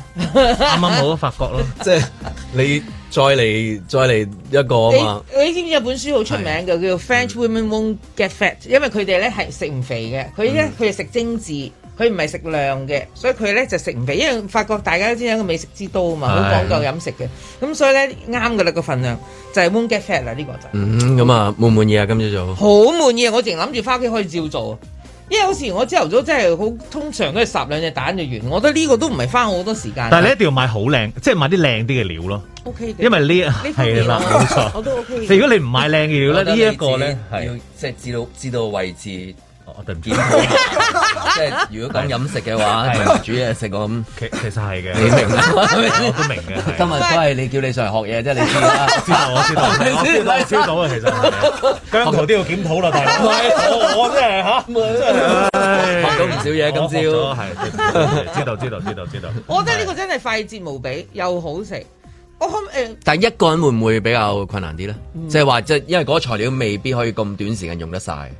啱啱好法國咯，
即係你再嚟再嚟一個啊嘛。
你你知唔知有本書好出名嘅，叫做《French Women Won't Get Fat》，因為佢哋咧係食唔肥嘅，佢
嗯
咧佢係食精緻，佢唔係食量嘅，所以佢咧就食唔肥。因為法國大家都知係一個美食之都啊嘛，好
係
講究飲食嘅，咁所以咧啱嘅啦個份量就係 won't get fat 啦呢個就。
嗯，咁啊，滿唔滿意啊？今朝早
好滿意，我淨諗住翻屋企可以照做。因為有時我朝頭早真係好，通常都係烚兩隻蛋就完。我覺得呢個都唔係花我好多時間。
但係你一定要買好靚，即係買啲靚啲嘅料咯。
OK 嘅，
因為呢
呢方 面
係啦
我
冇錯
我都 OK
你
嘅。
如果你唔買靚嘅
我
料
覺得
咧，
你
呢一個咧
自己要即係知道知道位 置。
我 對唔
住，即係如果講飲食 嘅話，
係
同煮嘢食啊咁，
其其實係嘅
你明啦，
我都明嘅係
今日都係你叫你上嚟學嘢啫，你知啦。
知道我知道，我知道我知道啊，其實姜圖都要檢討啦，大佬。我我真係 嚇，學
學到唔少嘢今朝
係知道知道知道知道。
我覺得呢個真係快捷無比，又好食。我可呃 誒
啊
但係一個人會唔會比較困難啲咧？即係話，即係因為嗰個材料未必可以咁短時間用得晒。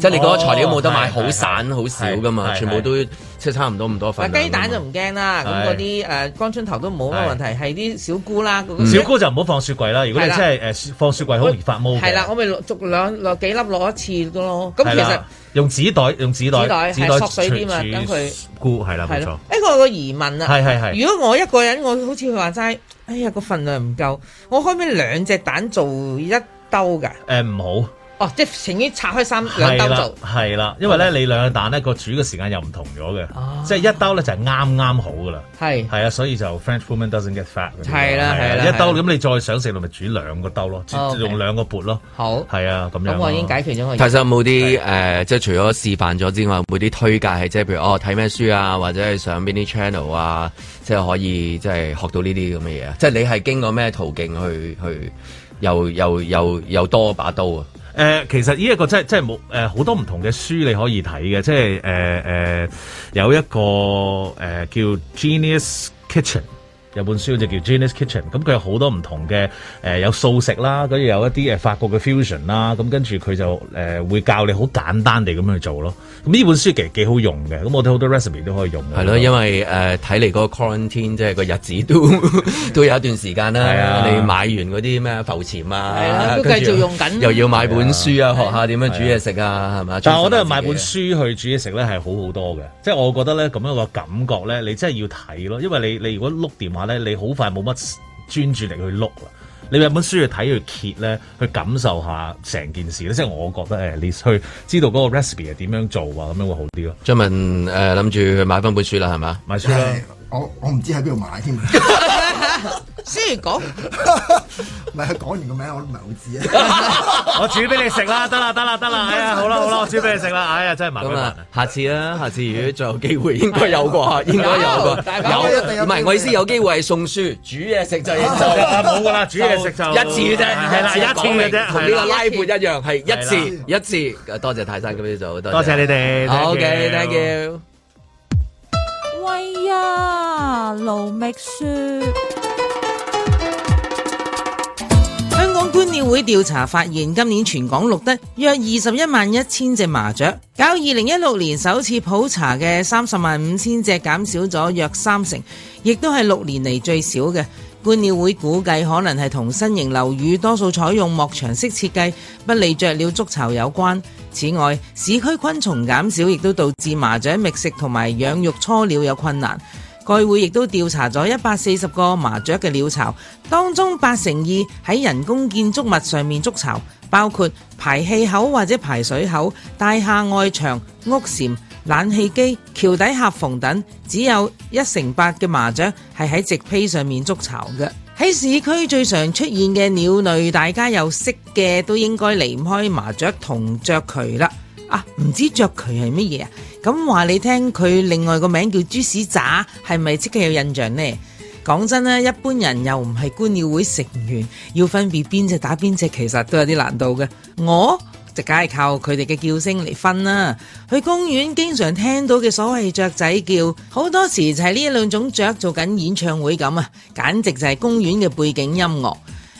即係你嗰個材料冇得買，
哦
好散好少噶嘛，
係係
全部都即係差唔多咁多份
嗱
量。
雞蛋就唔驚啦，咁
啊係
嗰啲誒乾春頭都冇乜問題，係啲小菇啦，嗰個
嗯小菇就唔好放雪櫃啦，如果你真係誒放雪櫃好容易發毛嘅。
係啦，我咪落逐兩落幾粒落一次咯。咁
係
其
啦
實
用紙袋用紙
紙
袋
袋係索水啲嘛
儲
等佢
菇係啦，冇
係
錯
咯。，一個有個疑問啊。
係係係
如果我一個人，我好似佢話齋，哎呀個份量唔夠，我可唔可以兩隻蛋做一兜㗎？
誒唔好。
哦，即係情願拆開三兩兜做。
係啦，因為咧你兩個蛋咧個煮嘅時間又唔同咗嘅，
哦
即係一兜咧就係啱啱好噶啦。
係
係啊，所以就 French woman doesn't get fat 嗰啲咯。
係啦
係啊
係啦哦
一兜咁你再想食，你咪煮兩個兜咯，煮
OK
用兩個缽咯。
好。
係啊，咁樣
咁
咯。
我已經解決咗我。
其實有冇啲誒，即係除咗示範咗之外，有冇啲推介係即係譬如哦睇咩書啊，或者係上邊啲 channel 啊，即係可以即係學到呢啲咁嘅嘢啊？即係你係經過咩途徑去去又又又又多把刀啊？
誒、其實呢一個真係真係冇誒好多唔同嘅書你可以睇嘅，即係誒誒有一個誒、呃叫 Genius Kitchen。有本書就叫 Genius Kitchen，咁佢有好多唔同嘅誒、呃有素食啦，跟住有一啲誒法國嘅 fusion 啦，咁跟住佢就誒、呃、會教你好簡單地咁樣去做咯。咁呢本書其實幾好用嘅，咁我哋好多 recipe 都可以用嘅。
係咯，因為誒睇嚟嗰個 quarantine 即係個日子都 都有一段時間
係
啦
啊。
你買完嗰啲咩浮潛
係啊
啊，
都
跟
繼
住
續用緊
又要買本書啊，學下點樣煮嘢食啊，係嘛？
但係我覺得
充實下
買
自己
本
啊
書去煮嘢食咧係好好多嘅，即係我覺得咧咁樣個感覺咧，你真係要睇咯，因為你你如果碌電話咧，你好快冇乜專注力去碌啦。你有本書去睇去揭咧，去感受下成件事咧，即係我覺得誒，你去知道嗰個 recipe 係點樣做啊，咁樣會好啲咯。
張文誒諗住買翻本書啦，係嘛？
買書啦，
我我唔知喺邊度買添，啊
先講，
唔係佢講完個名我都唔係好知啊。
我煮俾你食啦，得啦得啦得啦，哎呀好啦好啦，我煮俾你食啦，哎呀真係麻
咁
煩
啊。，下次啦，下次如果再有機會，應該有啩，應該有
有大
啩，
把一定
有
有
唔係我意思有機會係送書，煮嘢食 就冇
噶啦，煮嘢食就
一次嘅啫，
係啦一次嘅啫
同
係
呢個
啦
拉盤一樣，係一
係
次一次。多謝泰山今朝早，
多謝你哋，thank you
，OK，thank
呃
you。
喂呀，盧覓雪。
香港觀鳥會調查發現，今年全港錄得約二十一萬一千隻麻雀，較二零一六年首次普查嘅三十萬五千隻減少咗約三成，亦都係六年嚟最少嘅。觀鳥會估計可能係同新型樓宇多數採用幕牆式設計，不利雀鳥築巢有關。此外，市區昆蟲減少亦都導致麻雀覓食同埋養育初鳥有困難。該會亦都調查咗一百四十個麻雀嘅鳥巢，當中八成二喺人工建築物上面築巢，包括排氣口或者排水口、大廈外牆、屋簷、冷氣機、橋底客房等，只有一成八嘅麻雀係喺直胚上面築巢嘅。喺市區最常出現嘅鳥類，大家又識嘅都應該離唔開麻雀同雀渠啦。啊，唔知雀渠係乜嘢啊？咁話你聽，佢另外個名叫豬屎渣，係咪即刻有印象呢？講真啦，一般人又唔係觀鳥會成員，要分別邊只打邊只，其實都有啲難度嘅。我就梗係靠佢哋嘅叫聲嚟分啦。去公園經常聽到嘅所謂雀仔叫，好多時就係呢兩種雀做緊演唱會咁啊，簡直就係公園嘅背景音樂。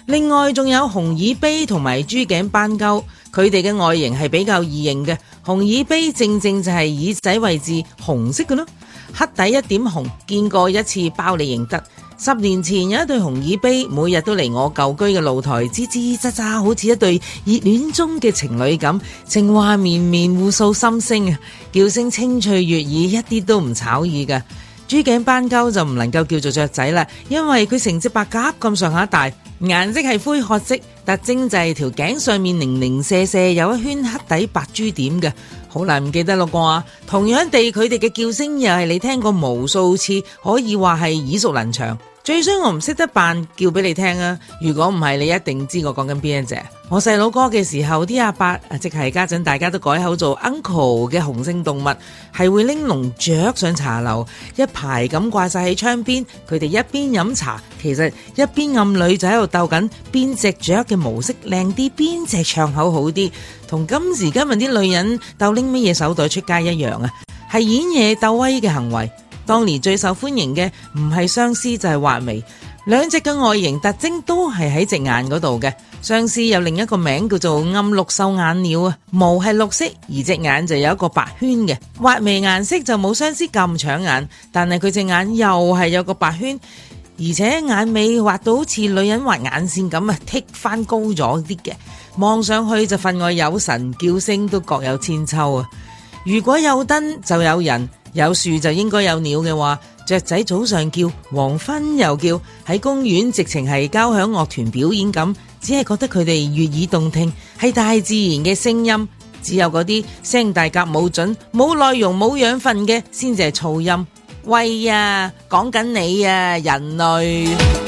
另外仲有紅耳鵯同埋豬頸斑鳩，佢哋嘅外形係比較異形嘅。紅耳鵯正正就係耳仔位置紅色嘅咯，黑底一點紅，見過一次包你認得。十年前有一對紅耳鵯，每日都嚟我舊居嘅露台吱吱喳喳，好似一對熱戀中嘅情侶咁，情話綿綿，互訴心聲啊！叫聲清脆悅耳，一啲都唔吵耳㗎。豬頸斑鳩就唔能夠叫做雀仔啦，因為佢成隻白鴿咁上下大，顏色係灰褐色，特徵就係條頸上面零零舍舍有一圈黑底白珠點嘅，好難唔記得咯啩。同樣地，佢哋嘅叫聲又係你聽過無數次，可以話係耳熟能詳。雀最衰我唔識得扮叫俾你聽啊！如果唔係，你一定知我講緊邊一隻。我細佬哥嘅時候，啲阿伯啊，即係家陣大家都改口做 uncle 嘅雄性動物，係會拎籠雀上茶樓，一排咁掛晒喺窗邊。佢哋一邊飲茶，其實一邊暗女就喺度鬥緊邊只雀嘅毛色靚啲，邊隻唱口好啲，同今時今日啲女人鬥拎乜嘢手袋出街一樣啊！係演嘢鬥威嘅行為。當年最受歡迎嘅唔係相思就係畫眉，兩隻嘅外形特徵都係喺隻眼嗰度嘅。相思有另一個名叫做暗綠繡眼鳥啊，毛係綠色，而隻眼就有一個白圈嘅。畫眉顏色就冇相思咁搶眼，但係佢隻眼又係有個白圈，而且眼尾畫到好似女人畫眼線咁啊，剔翻高咗啲嘅。望上去就分外有神，叫聲都各有千秋啊！如果有燈就有人，有樹就應該有鳥嘅話，雀仔早上叫，黃昏又叫，喺公園直情係交響樂團表演咁，只係覺得佢哋悅耳動聽，係大自然嘅聲音。只有嗰啲聲大夾冇準、冇內容、冇養分嘅，先至係噪音。喂呀，講緊你啊，人類！